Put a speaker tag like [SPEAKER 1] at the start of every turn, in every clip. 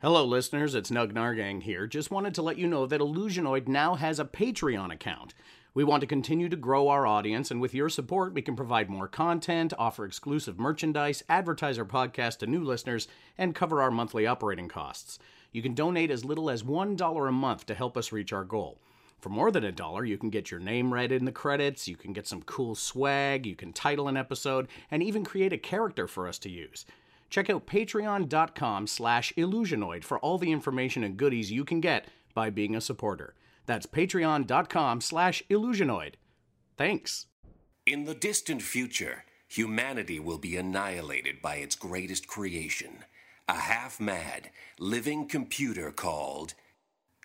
[SPEAKER 1] Hello, listeners. It's Nug Nargang here. Just wanted to let you know that Illusionoid now has a Patreon account. We want to continue to grow our audience, and with your support, we can provide more content, offer exclusive merchandise, advertise our podcast to new listeners, and cover our monthly operating costs. You can donate as little as $1 a month to help us reach our goal. For more than a dollar, you can get your name read in the credits, you can get some cool swag, you can title an episode, and even create a character for us to use. Check out patreon.com slash illusionoid for all the information and goodies you can get by being a supporter. That's patreon.com slash illusionoid. Thanks.
[SPEAKER 2] In the distant future, humanity will be annihilated by its greatest creation a half mad, living computer called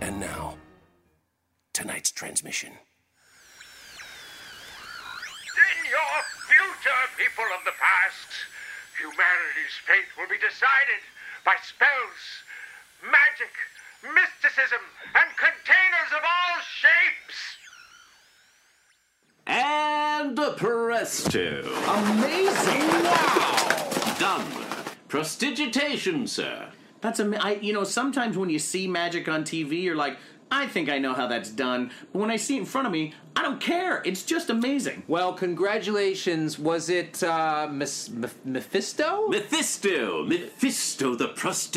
[SPEAKER 2] And now, tonight's transmission.
[SPEAKER 3] In your future, people of the past, humanity's fate will be decided by spells, magic, mysticism, and containers of all shapes.
[SPEAKER 4] And presto! Amazing! Wow! Done. Prestidigitation, sir.
[SPEAKER 1] That's a, I, you know, sometimes when you see magic on TV, you're like, I think I know how that's done. But when I see it in front of me, I don't care. It's just amazing.
[SPEAKER 5] Well, congratulations. Was it uh, Miss, Meph- Mephisto?
[SPEAKER 4] Mephisto! Mephisto the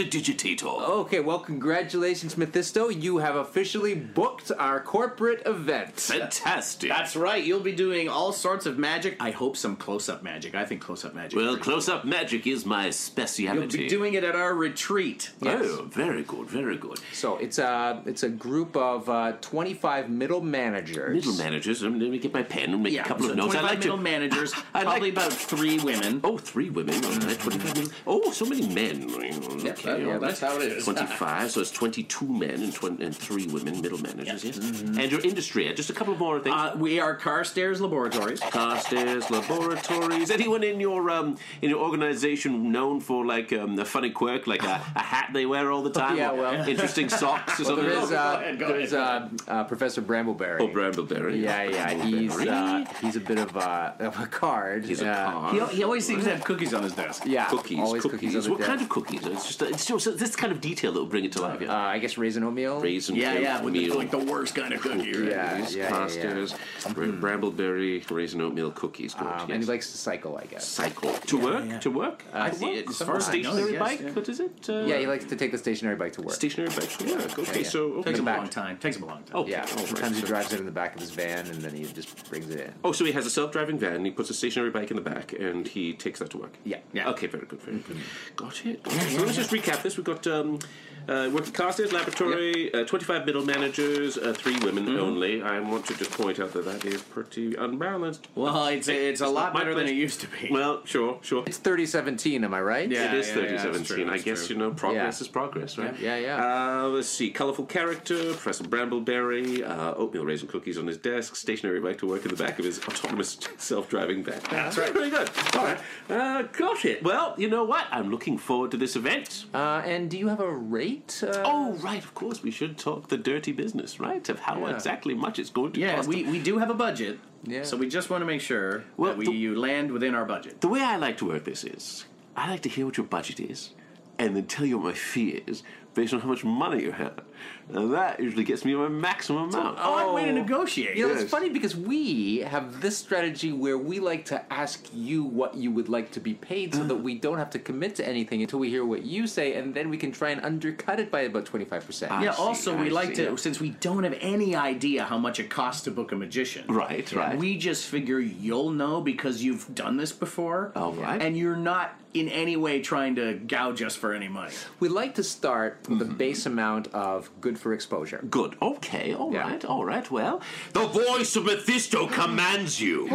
[SPEAKER 4] Prestidigitator.
[SPEAKER 5] okay, well, congratulations, Mephisto. You have officially booked our corporate event.
[SPEAKER 4] Fantastic.
[SPEAKER 1] That's right. You'll be doing all sorts of magic. I hope some close-up magic. I think close-up magic.
[SPEAKER 4] well, close up magic is my speciality.
[SPEAKER 1] You'll be doing it at our retreat.
[SPEAKER 4] Oh, very good, very good.
[SPEAKER 5] So it's a it's a group of uh, 25 middle managers.
[SPEAKER 4] Middle managers, um, let me get my pen and make
[SPEAKER 1] Yeah,
[SPEAKER 4] a couple
[SPEAKER 1] so
[SPEAKER 4] of notes.
[SPEAKER 1] 25
[SPEAKER 4] I like
[SPEAKER 1] middle
[SPEAKER 4] to.
[SPEAKER 1] managers,
[SPEAKER 4] I like-
[SPEAKER 1] probably about three women.
[SPEAKER 4] Oh, three women. All right, 25 men. Oh, so many men. Okay,
[SPEAKER 5] that- yeah,
[SPEAKER 4] all
[SPEAKER 5] that's
[SPEAKER 4] right.
[SPEAKER 5] how it is.
[SPEAKER 4] 25, so it's 22 men and, 20, and three women, middle managers, yes.
[SPEAKER 1] Mm-hmm.
[SPEAKER 4] And your industry, uh, just a couple of more things.
[SPEAKER 1] Uh, we are Carstairs Laboratories.
[SPEAKER 4] Carstairs Laboratories. Anyone in your um, in your organization known for like um, a funny quirk, like a, a hat they wear all the time?
[SPEAKER 5] Yeah,
[SPEAKER 4] or
[SPEAKER 5] well-
[SPEAKER 4] interesting socks or something.
[SPEAKER 5] There is
[SPEAKER 4] Oh,
[SPEAKER 5] uh, there's uh, uh, Professor Brambleberry.
[SPEAKER 4] oh, Brambleberry.
[SPEAKER 5] Yeah, yeah, he's uh, he's a bit of a, of a card.
[SPEAKER 4] He's a
[SPEAKER 5] Uh,
[SPEAKER 4] car.
[SPEAKER 1] He, he always seems to have cookies on his desk.
[SPEAKER 5] Yeah,
[SPEAKER 4] Cookies,
[SPEAKER 5] always
[SPEAKER 4] cookies.
[SPEAKER 5] cookies. on the
[SPEAKER 4] what
[SPEAKER 5] desk.
[SPEAKER 4] kind of cookies? It's just it's just this kind of detail that will bring it to life.
[SPEAKER 5] Uh,
[SPEAKER 4] Yeah.
[SPEAKER 5] I guess raisin oatmeal.
[SPEAKER 4] Raisin
[SPEAKER 1] Yeah,
[SPEAKER 4] cake,
[SPEAKER 1] yeah, with the,
[SPEAKER 4] meal,
[SPEAKER 1] like the worst kind of cookie. right?
[SPEAKER 5] Yeah, yeah,
[SPEAKER 4] cookies,
[SPEAKER 5] yeah, Mm.
[SPEAKER 4] Carstairs, bra- Brambleberry, raisin oatmeal cookies. Good,
[SPEAKER 5] Um,
[SPEAKER 4] yes.
[SPEAKER 5] And he likes to cycle, I guess.
[SPEAKER 4] cycle to work to work.
[SPEAKER 1] I
[SPEAKER 4] To
[SPEAKER 1] see
[SPEAKER 4] work?
[SPEAKER 1] it. As
[SPEAKER 4] Some
[SPEAKER 1] far as I know,
[SPEAKER 4] stationary
[SPEAKER 1] yes,
[SPEAKER 4] bike.
[SPEAKER 1] yeah.
[SPEAKER 4] What is it? Uh,
[SPEAKER 5] Yeah, he likes to take the stationary bike to work.
[SPEAKER 4] stationary bike to work. Okay,
[SPEAKER 5] yeah.
[SPEAKER 4] so okay.
[SPEAKER 1] Takes him a
[SPEAKER 5] Back.
[SPEAKER 1] long time. Takes him a long time.
[SPEAKER 4] Oh.
[SPEAKER 5] yeah,
[SPEAKER 4] all right,
[SPEAKER 5] sometimes he
[SPEAKER 4] so-
[SPEAKER 5] drives it in the back of his van and then he just brings it in.
[SPEAKER 4] Oh, so he has a self-driving van. and He puts a stationary bike in the back, and he takes that to work.
[SPEAKER 5] Yeah. Mm-hmm.
[SPEAKER 1] Yeah.
[SPEAKER 4] Okay. Very good. Very good. Got it. so let's just recap this. We've got um, uh, work at Carstairs Laboratory, uh, twenty-five middle managers, uh, three women
[SPEAKER 5] Mm-hmm.
[SPEAKER 4] only. I want to just point out that that is pretty unbalanced.
[SPEAKER 1] Well, it's it's a lot
[SPEAKER 4] my
[SPEAKER 1] better than it
[SPEAKER 4] place.
[SPEAKER 1] used to be.
[SPEAKER 4] Well, sure, sure.
[SPEAKER 5] It's 3017, am I right?
[SPEAKER 1] Yeah.
[SPEAKER 4] it is
[SPEAKER 1] yeah,
[SPEAKER 4] thirty
[SPEAKER 1] that's
[SPEAKER 4] seventeen.
[SPEAKER 1] true,
[SPEAKER 4] I
[SPEAKER 1] that's
[SPEAKER 4] guess
[SPEAKER 1] true.
[SPEAKER 4] you know progress
[SPEAKER 5] Yeah.
[SPEAKER 4] is progress, right?
[SPEAKER 5] Yeah, yeah.
[SPEAKER 4] Uh, let's see. Colorful character, Professor Brambleberry, uh, oatmeal raisin cookies on his desk, stationary bike to work in the back of his autonomous self-driving van. That's right. Pretty good. All right. Uh, got it. Well, you know what? I'm looking forward to this event.
[SPEAKER 5] Uh, and do you have a rate? Uh,
[SPEAKER 4] oh, right. Of course, we should talk the dirty business, right? Of how
[SPEAKER 5] Yeah.
[SPEAKER 4] exactly much it's going to
[SPEAKER 1] yeah,
[SPEAKER 4] cost.
[SPEAKER 1] we, we do have a budget.
[SPEAKER 5] Yeah.
[SPEAKER 1] So we just want to make sure
[SPEAKER 4] Well,
[SPEAKER 1] that we
[SPEAKER 4] the-
[SPEAKER 1] you land within our budget.
[SPEAKER 4] The way I like to work this is, I like to hear what your budget is, and then tell you what my fee is based on how much money you have. And that usually gets me my maximum amount.
[SPEAKER 6] Odd way to negotiate.
[SPEAKER 5] You know,
[SPEAKER 4] Oh. Yes.
[SPEAKER 5] it's funny because we have this strategy where we like to ask you what you would like to be paid so that we don't have to commit to anything until we hear what you say, and then we can try and undercut it by about 25%.
[SPEAKER 6] Yeah,
[SPEAKER 1] Ah.
[SPEAKER 4] see,
[SPEAKER 6] also,
[SPEAKER 4] I
[SPEAKER 6] we like
[SPEAKER 4] see.
[SPEAKER 6] to, since we don't have any idea how much it costs to book a magician.
[SPEAKER 4] Right, right.
[SPEAKER 6] We just figure you'll know because you've done this before.
[SPEAKER 4] All right.
[SPEAKER 6] And you're not in any way trying to gouge us for any money.
[SPEAKER 5] We like to start with
[SPEAKER 1] Mm-hmm.
[SPEAKER 5] a base amount of good for exposure.
[SPEAKER 4] Good. Okay. oh. All right.
[SPEAKER 5] Yeah.
[SPEAKER 4] All right. Well, the voice of Mephisto commands you.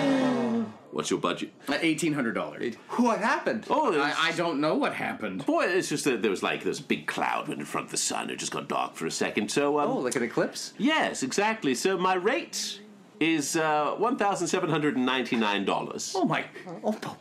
[SPEAKER 4] What's your budget?
[SPEAKER 6] Uh, $1,800.
[SPEAKER 5] What happened?
[SPEAKER 4] Oh, it's-
[SPEAKER 6] I, I don't know what happened.
[SPEAKER 4] boy, it's just that there was like this big cloud went in front of the sun. It just got dark for a second. So, um,
[SPEAKER 5] Oh, like an eclipse?
[SPEAKER 4] yes, exactly. So my rate is uh, one thousand seven hundred and ninety nine dollars.
[SPEAKER 6] Oh, my. Oh, po-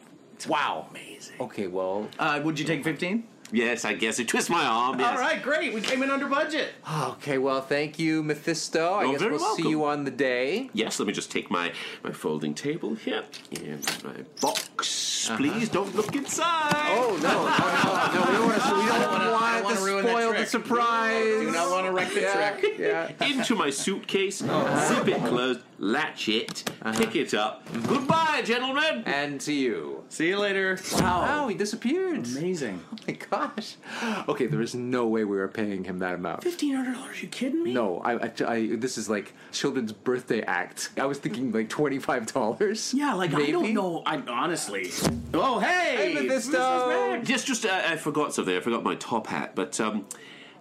[SPEAKER 6] wow. Amazing.
[SPEAKER 5] Okay, well,
[SPEAKER 6] Uh, would you take 15
[SPEAKER 4] Yes, I guess it twists my arm. Yes.
[SPEAKER 6] All right, great. We came in under budget.
[SPEAKER 5] ah, okay, well, thank you, Mephisto. I
[SPEAKER 4] You're
[SPEAKER 5] guess
[SPEAKER 4] very
[SPEAKER 5] we'll
[SPEAKER 4] welcome.
[SPEAKER 5] see you on the day.
[SPEAKER 4] Yes, let me just take my, my folding table here and my box. Please don't look inside.
[SPEAKER 5] Uh-huh. Oh no, no, no, no! We don't want to. We don't
[SPEAKER 6] wanna- I
[SPEAKER 5] want,
[SPEAKER 6] wanna
[SPEAKER 5] to
[SPEAKER 6] ruin that
[SPEAKER 5] spoil the
[SPEAKER 6] trick.
[SPEAKER 5] surprise.
[SPEAKER 6] Do not want to wreck the
[SPEAKER 5] yeah,
[SPEAKER 6] trick.
[SPEAKER 5] Yeah. Oh, uh-huh.
[SPEAKER 4] into my suitcase, zip it closed, latch it, pick it up. Goodbye, gentlemen.
[SPEAKER 5] And to you.
[SPEAKER 6] See you later.
[SPEAKER 5] Wow, he disappeared.
[SPEAKER 6] Amazing.
[SPEAKER 5] Oh my gosh. Okay, there is no way we are paying him that amount.
[SPEAKER 6] $1,500? You kidding me?
[SPEAKER 5] No, I, I, I- this is like children's birthday act. I was thinking like twenty five dollars.
[SPEAKER 6] Yeah, like I don't know. I honestly. Oh
[SPEAKER 5] Hey,
[SPEAKER 6] hey,
[SPEAKER 5] Mephisto.
[SPEAKER 4] Just, just, uh, I forgot something. I forgot my top hat, but um,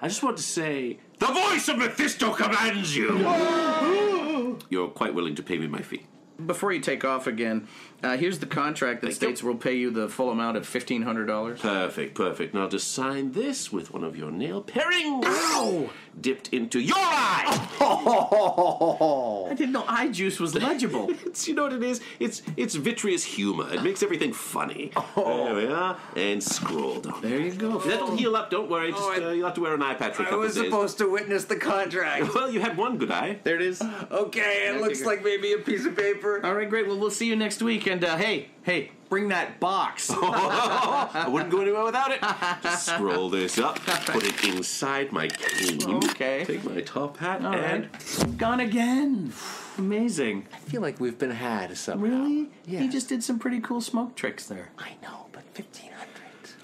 [SPEAKER 4] I just want to say the voice of Mephisto commands you. You're quite willing to pay me my fee.
[SPEAKER 6] Before you take off again, uh, here's the contract that
[SPEAKER 4] Thank
[SPEAKER 6] states
[SPEAKER 4] you.
[SPEAKER 6] we'll pay you the full amount of fifteen hundred dollars.
[SPEAKER 4] Perfect, perfect. Now just sign this with one of your nail pairings dipped into your eye.
[SPEAKER 6] I didn't know eye juice was legible.
[SPEAKER 4] Oh! It's, you know what it is? It's it's vitreous humor. It makes everything funny. There we are, and scroll down.
[SPEAKER 6] there you go.
[SPEAKER 4] That'll heal up. Don't worry. Just,
[SPEAKER 5] Oh, I-
[SPEAKER 4] uh, you'll have to wear an eye patch for a
[SPEAKER 5] I
[SPEAKER 4] couple
[SPEAKER 5] was
[SPEAKER 4] of days.
[SPEAKER 5] supposed to witness the contract.
[SPEAKER 4] Well, you had one good eye.
[SPEAKER 6] There it is.
[SPEAKER 5] Okay, it looks like maybe a piece of paper.
[SPEAKER 6] All right, great. Well, we'll see you next week. And uh, hey, hey, bring that box.
[SPEAKER 4] I wouldn't go anywhere without it. Just scroll this up. Put it inside my cane.
[SPEAKER 6] Okay.
[SPEAKER 4] Take my top hat
[SPEAKER 6] All
[SPEAKER 4] and
[SPEAKER 6] right. Gone again. Amazing.
[SPEAKER 5] I feel like we've been had somehow.
[SPEAKER 6] Really?
[SPEAKER 5] Yeah.
[SPEAKER 6] He just did some pretty cool smoke tricks there.
[SPEAKER 5] I know, but fifteen hundred.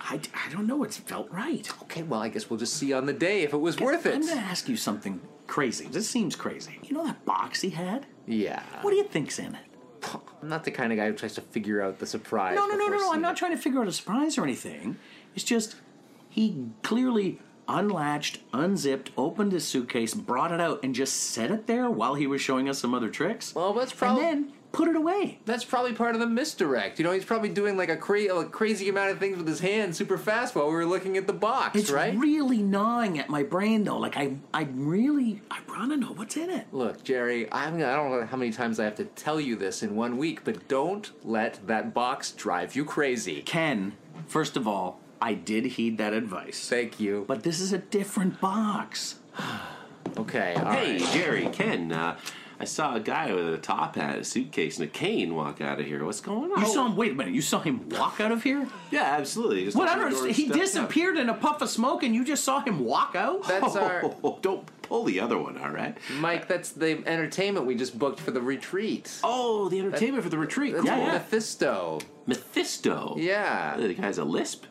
[SPEAKER 6] I, I don't know. It's felt right.
[SPEAKER 5] Okay, well, I guess we'll just see on the day if it was worth it.
[SPEAKER 6] I'm gonna ask you something crazy. This seems crazy. You know that box he had?
[SPEAKER 5] Yeah.
[SPEAKER 6] What do you think's in it?
[SPEAKER 5] I'm not the kind of guy who tries to figure out the surprise.
[SPEAKER 6] No, no,
[SPEAKER 5] before
[SPEAKER 6] no, no, no.
[SPEAKER 5] seeing
[SPEAKER 6] I'm not
[SPEAKER 5] it.
[SPEAKER 6] trying to figure out a surprise or anything. It's just he clearly unlatched, unzipped, opened his suitcase, brought it out, and just set it there while he was showing us some other tricks.
[SPEAKER 5] Well, that's probably-
[SPEAKER 6] And then put it away.
[SPEAKER 5] That's probably part of the misdirect. You know, he's probably doing like a, cra- a crazy amount of things with his hand super fast while we were looking at the box,
[SPEAKER 6] It's
[SPEAKER 5] right?
[SPEAKER 6] really gnawing at my brain, though. Like I, I really, I want to know what's in it.
[SPEAKER 5] Look, Jerry, I'm, I don't know how many times I have to tell you this in one week, but don't let that box drive you crazy.
[SPEAKER 6] Ken, first of all, I did heed that advice,
[SPEAKER 5] Thank you.
[SPEAKER 6] but this is a different box.
[SPEAKER 5] okay, all right.
[SPEAKER 4] hey, Jerry, Ken. Uh, I saw a guy with a top hat, a suitcase, and a cane walk out of here. What's going on?
[SPEAKER 6] You saw him. Wait a minute. You saw him walk out of here.
[SPEAKER 4] Yeah, absolutely. Just
[SPEAKER 6] What? I
[SPEAKER 4] open the
[SPEAKER 6] don't
[SPEAKER 4] door
[SPEAKER 6] understand.
[SPEAKER 4] and
[SPEAKER 6] He
[SPEAKER 4] step-
[SPEAKER 6] disappeared in a puff of smoke, and you just saw him walk out.
[SPEAKER 5] That's our
[SPEAKER 4] Oh,
[SPEAKER 5] Hmm.
[SPEAKER 4] Don't pull the other one. All right.
[SPEAKER 5] Mike. That's the entertainment we just booked for the retreat.
[SPEAKER 4] Oh, the entertainment for the retreat.
[SPEAKER 5] That's
[SPEAKER 4] Cool.
[SPEAKER 5] Mephisto.
[SPEAKER 4] Mephisto.
[SPEAKER 5] Yeah.
[SPEAKER 4] The guy's a lisp.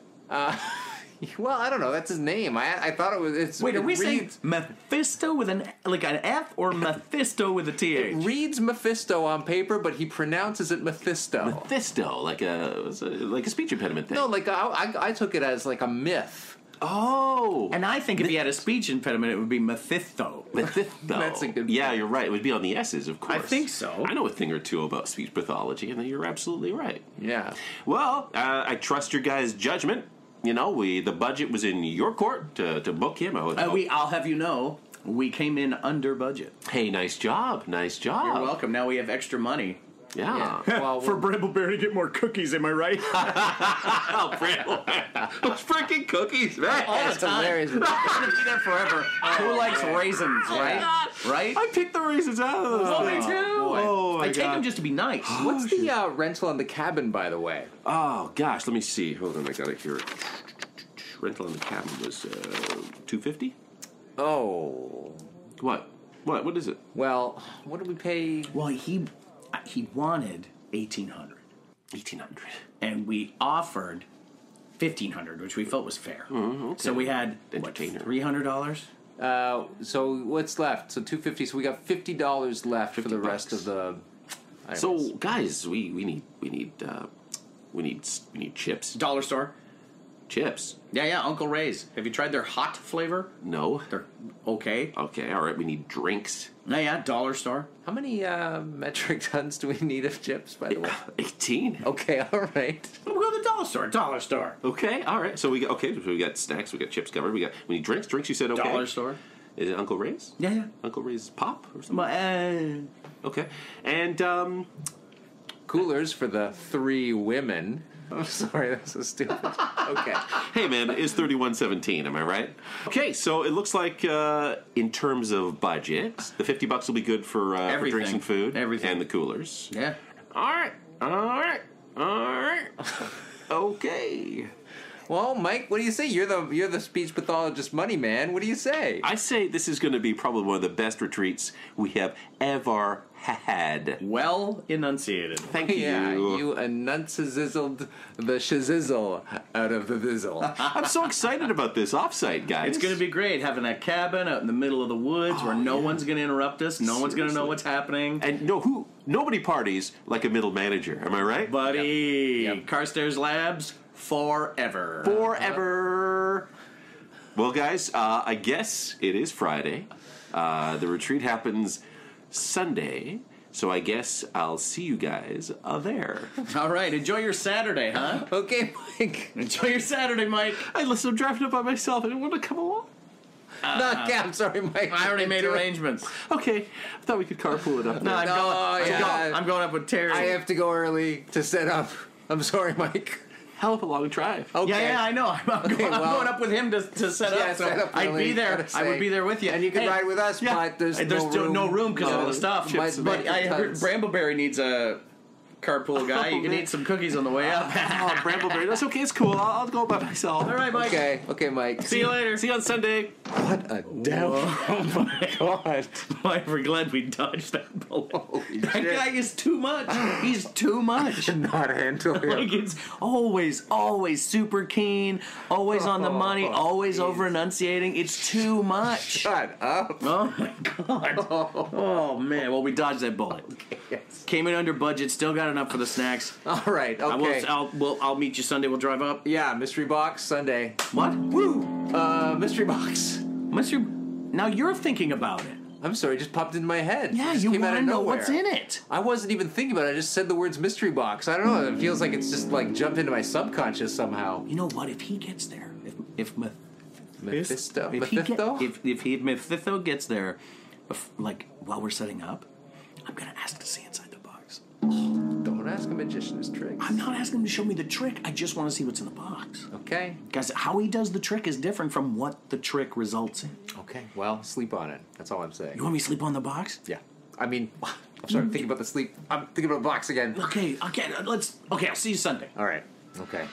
[SPEAKER 5] Well, I don't know. That's his name. I I thought it was. It's,
[SPEAKER 6] Wait,
[SPEAKER 5] it
[SPEAKER 6] are we saying
[SPEAKER 5] reads-
[SPEAKER 6] Mephisto with an like an F or Mephisto with a TH?
[SPEAKER 5] reads Mephisto on paper, but he pronounces it Mephisto?
[SPEAKER 4] Mephisto, like a was it like a speech impediment thing.
[SPEAKER 5] No, like I, I, I took it as like a myth.
[SPEAKER 4] Oh,
[SPEAKER 6] And I think if he had a speech impediment, it would be Mephisto.
[SPEAKER 4] Mephisto.
[SPEAKER 5] That's
[SPEAKER 6] Oh,
[SPEAKER 5] a good
[SPEAKER 4] Yeah, you're right. It would be on the S's, of course.
[SPEAKER 6] think so.
[SPEAKER 4] I know a thing or two about speech pathology, and you're absolutely right.
[SPEAKER 5] Yeah.
[SPEAKER 4] Well, uh, I trust your guys' judgment. You know, we the budget was in your court to, to book him. I would
[SPEAKER 6] Uh,
[SPEAKER 4] hope.
[SPEAKER 6] we, I'll have you know, we came in under budget.
[SPEAKER 4] hey, nice job, nice job.
[SPEAKER 6] You're welcome. Now we have extra money.
[SPEAKER 4] Yeah.
[SPEAKER 5] Yeah. Uh, Well,
[SPEAKER 6] Brambleberry to get more cookies, am I right?
[SPEAKER 4] oh, Bramble. Those freaking cookies, man.
[SPEAKER 5] that's hilarious.
[SPEAKER 6] I'm gonna do that forever. Who likes raisins, right? Right?
[SPEAKER 4] I picked the raisins out of those. things.
[SPEAKER 6] boy.
[SPEAKER 4] Oh, my
[SPEAKER 6] I take
[SPEAKER 4] God.
[SPEAKER 6] them just to be nice.
[SPEAKER 5] What's the uh, rental on the cabin, by the way?
[SPEAKER 4] Oh gosh, let me see. Hold on, I gotta hear it. Rental on the cabin was uh, two fifty.
[SPEAKER 5] Oh.
[SPEAKER 4] What? What? What is it?
[SPEAKER 5] Well, what did we pay?
[SPEAKER 6] Well, he he wanted eighteen hundred,
[SPEAKER 4] 1800.
[SPEAKER 6] and we offered fifteen hundred, which we felt was fair. So we had what
[SPEAKER 4] Mm-hmm, Entertainer.
[SPEAKER 6] three hundred dollars.
[SPEAKER 5] Uh, so what's left? So two fifty. So we got fifty dollars left for the
[SPEAKER 4] 50
[SPEAKER 5] rest of
[SPEAKER 4] bucks.
[SPEAKER 5] the. I
[SPEAKER 4] So,
[SPEAKER 5] guess.
[SPEAKER 4] guys, we, we need we need uh, we need s- we need chips.
[SPEAKER 6] Dollar store.
[SPEAKER 4] Chips.
[SPEAKER 6] Yeah, yeah. Uncle Ray's. Have you tried their hot flavor?
[SPEAKER 4] No.
[SPEAKER 6] They're okay.
[SPEAKER 4] Okay. All right. We need drinks.
[SPEAKER 6] Yeah, yeah. Dollar store.
[SPEAKER 5] how many uh, metric tons do we need of chips? By the way.
[SPEAKER 4] 18.
[SPEAKER 5] Okay. All right.
[SPEAKER 6] We'll go to Oh, the dollar store. Dollar store.
[SPEAKER 4] Okay. All right. So we got okay. So we got snacks. We got chips covered. We got we need drinks. Drinks. You said okay.
[SPEAKER 6] Dollar store.
[SPEAKER 4] Is it Uncle Ray's?
[SPEAKER 6] Yeah, yeah.
[SPEAKER 4] Uncle Ray's pop or something.
[SPEAKER 6] Well, uh,
[SPEAKER 4] Okay. And um,
[SPEAKER 5] Coolers for the three women.
[SPEAKER 6] Oh.
[SPEAKER 5] I'm sorry, that's so stupid. Okay.
[SPEAKER 4] hey, man, it's thirty-one seventeen. Am I right? Okay. So it looks like uh, in terms of budget, the fifty bucks will be good for, uh, for drinks
[SPEAKER 6] Everything.
[SPEAKER 4] and food,
[SPEAKER 6] Everything.
[SPEAKER 4] and the coolers.
[SPEAKER 6] yeah.
[SPEAKER 4] All right. All right. All right. okay.
[SPEAKER 5] Well, Mike, what do you say? You're the you're the speech pathologist, money man. What do you say?
[SPEAKER 4] I say this is going to be probably one of the best retreats we have ever had.
[SPEAKER 6] Well enunciated.
[SPEAKER 4] Thank you.
[SPEAKER 5] yeah, you enunciated the shizzle out of the vizzle.
[SPEAKER 4] I'm so excited about this offsite, guys.
[SPEAKER 6] It's going to be great having a cabin out in the middle of the woods where no one's going to interrupt us. No one's going to know
[SPEAKER 4] Oh, Seriously.
[SPEAKER 6] what's happening.
[SPEAKER 4] And no, who? Nobody parties like a middle manager. Am I right?
[SPEAKER 6] Buddy,
[SPEAKER 5] Yep.
[SPEAKER 6] Carstairs Labs forever.
[SPEAKER 4] uh, Forever. Well, guys, uh, I guess it is Friday. Uh, the retreat happens Sunday, so I guess I'll see you guys uh, there.
[SPEAKER 6] All right, enjoy your Saturday, huh?
[SPEAKER 5] okay, Mike.
[SPEAKER 6] enjoy your Saturday, Mike.
[SPEAKER 4] I listen, I'm driving up by myself. I didn't want to come along.
[SPEAKER 5] no, yeah, I'm sorry, Mike.
[SPEAKER 6] I already made
[SPEAKER 5] Do it.
[SPEAKER 6] arrangements.
[SPEAKER 4] Okay, I thought we could carpool it up.
[SPEAKER 6] No, I'm,
[SPEAKER 5] No,
[SPEAKER 6] going,
[SPEAKER 5] yeah.
[SPEAKER 6] I'm, going, I'm going up with Terry.
[SPEAKER 5] I have to go early to set up. I'm sorry, Mike.
[SPEAKER 4] hell of a long drive.
[SPEAKER 5] Okay.
[SPEAKER 6] Yeah, yeah, I know. I'm, I'm, going, I'm
[SPEAKER 5] well-
[SPEAKER 6] going up with him to, to set
[SPEAKER 5] Yeah,
[SPEAKER 6] up. So
[SPEAKER 5] set up
[SPEAKER 6] I'd
[SPEAKER 5] early,
[SPEAKER 6] be there.
[SPEAKER 5] gotta
[SPEAKER 6] I
[SPEAKER 5] say.
[SPEAKER 6] would be there with you.
[SPEAKER 5] And you can
[SPEAKER 6] Hey,
[SPEAKER 5] ride with us,
[SPEAKER 6] yeah.
[SPEAKER 5] but there's,
[SPEAKER 6] Hey,
[SPEAKER 5] no,
[SPEAKER 6] still
[SPEAKER 5] room.
[SPEAKER 6] no room because of all the stuff.
[SPEAKER 5] My-
[SPEAKER 4] Chips,
[SPEAKER 6] But I heard
[SPEAKER 5] tons.
[SPEAKER 6] Brambleberry needs a carpool guy. you can
[SPEAKER 4] man.
[SPEAKER 6] eat some cookies on the way up.
[SPEAKER 4] oh, Brambleberry. That's okay. It's cool. I'll, I'll go by myself.
[SPEAKER 6] All right, Mike.
[SPEAKER 5] Okay, okay, Mike.
[SPEAKER 6] See you later.
[SPEAKER 4] See you on Sunday.
[SPEAKER 5] What a devil.
[SPEAKER 6] Oh my
[SPEAKER 5] God.
[SPEAKER 6] Boy, we're glad we dodged that bullet. that
[SPEAKER 5] shit.
[SPEAKER 6] guy is too much. He's too much.
[SPEAKER 5] Not handle
[SPEAKER 6] Like it's always, always super keen, always on the money, always over enunciating. It's too much.
[SPEAKER 5] Shut up.
[SPEAKER 6] Oh my god. Oh man. Well, we dodged that bullet.
[SPEAKER 5] Yes.
[SPEAKER 6] Came in under budget. Still got enough for the snacks.
[SPEAKER 5] All right,
[SPEAKER 6] I
[SPEAKER 5] okay.
[SPEAKER 6] will. I'll, we'll, I'll meet you Sunday. We'll drive up.
[SPEAKER 5] yeah, mystery box Sunday.
[SPEAKER 6] What? Woo!
[SPEAKER 5] Uh, mystery box.
[SPEAKER 6] Mister. Now you're thinking about it.
[SPEAKER 5] I'm sorry, it just popped in my head.
[SPEAKER 6] Yeah,
[SPEAKER 5] It just
[SPEAKER 6] you
[SPEAKER 5] came out
[SPEAKER 6] want to
[SPEAKER 5] of
[SPEAKER 6] know
[SPEAKER 5] nowhere.
[SPEAKER 6] what's in it.
[SPEAKER 5] I wasn't even thinking about it. I just said the words mystery box. I don't know. It feels like it's just like jumped into my subconscious somehow.
[SPEAKER 6] You know what? If he gets there, if if Meph-
[SPEAKER 5] Mephisto.
[SPEAKER 6] if he get-
[SPEAKER 5] Mephisto?
[SPEAKER 6] if if he Mephisto gets there, bef- like while we're setting up, I'm gonna ask to see inside the box.
[SPEAKER 5] Don't ask a magician his tricks.
[SPEAKER 6] I'm not asking him to show me the trick. I just want to see what's in the box.
[SPEAKER 5] Okay.
[SPEAKER 6] Guys, how he does the trick is different from what the trick results in.
[SPEAKER 5] Okay. Well, sleep on it. That's all I'm saying.
[SPEAKER 6] You want me to sleep on the box?
[SPEAKER 5] Yeah. I mean, I'm sorry. I'm thinking about the sleep. I'm thinking about the box again.
[SPEAKER 6] Okay, okay, let's. Okay, I'll see you Sunday.
[SPEAKER 5] All right. Okay.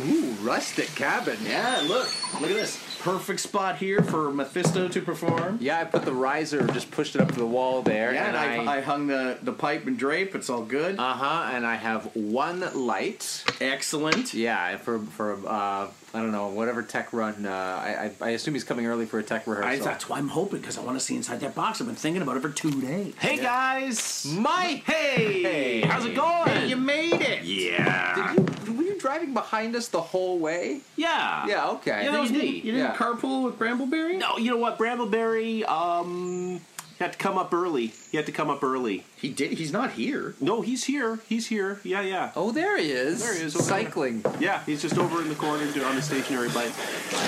[SPEAKER 5] Ooh, rustic cabin.
[SPEAKER 6] Yeah, look, look at this. Perfect spot here for Mephisto to perform.
[SPEAKER 5] Yeah, I put the riser, just pushed it up to the wall there,
[SPEAKER 6] Yeah,
[SPEAKER 5] and, I,
[SPEAKER 6] hung the, the pipe and drape. It's all good.
[SPEAKER 5] uh huh, and I have one light.
[SPEAKER 6] Excellent.
[SPEAKER 5] Yeah, for for uh, I don't know whatever tech run. Uh, I, I I assume he's coming early for a tech
[SPEAKER 6] I,
[SPEAKER 5] rehearsal.
[SPEAKER 6] that's why I'm hoping because I want to see inside that box. I've been thinking about it for two days.
[SPEAKER 4] Hey, guys.
[SPEAKER 5] Mike,
[SPEAKER 4] Hey. How's it going?
[SPEAKER 6] made it.
[SPEAKER 4] yeah.
[SPEAKER 5] did you, were you driving behind us the whole way?
[SPEAKER 4] Yeah.
[SPEAKER 5] Yeah, okay.
[SPEAKER 4] Yeah, that was me.
[SPEAKER 6] You didn't
[SPEAKER 5] Yeah.
[SPEAKER 6] carpool with Brambleberry?
[SPEAKER 4] No, you know what, Brambleberry, um, had to come up early. He had to come up early.
[SPEAKER 6] he did. He's not here.
[SPEAKER 4] No, he's here. He's here. Yeah, yeah.
[SPEAKER 5] Oh, there he is.
[SPEAKER 4] There he is, over there.
[SPEAKER 5] cycling.
[SPEAKER 4] Yeah, he's just over in the corner do- on the stationary bike.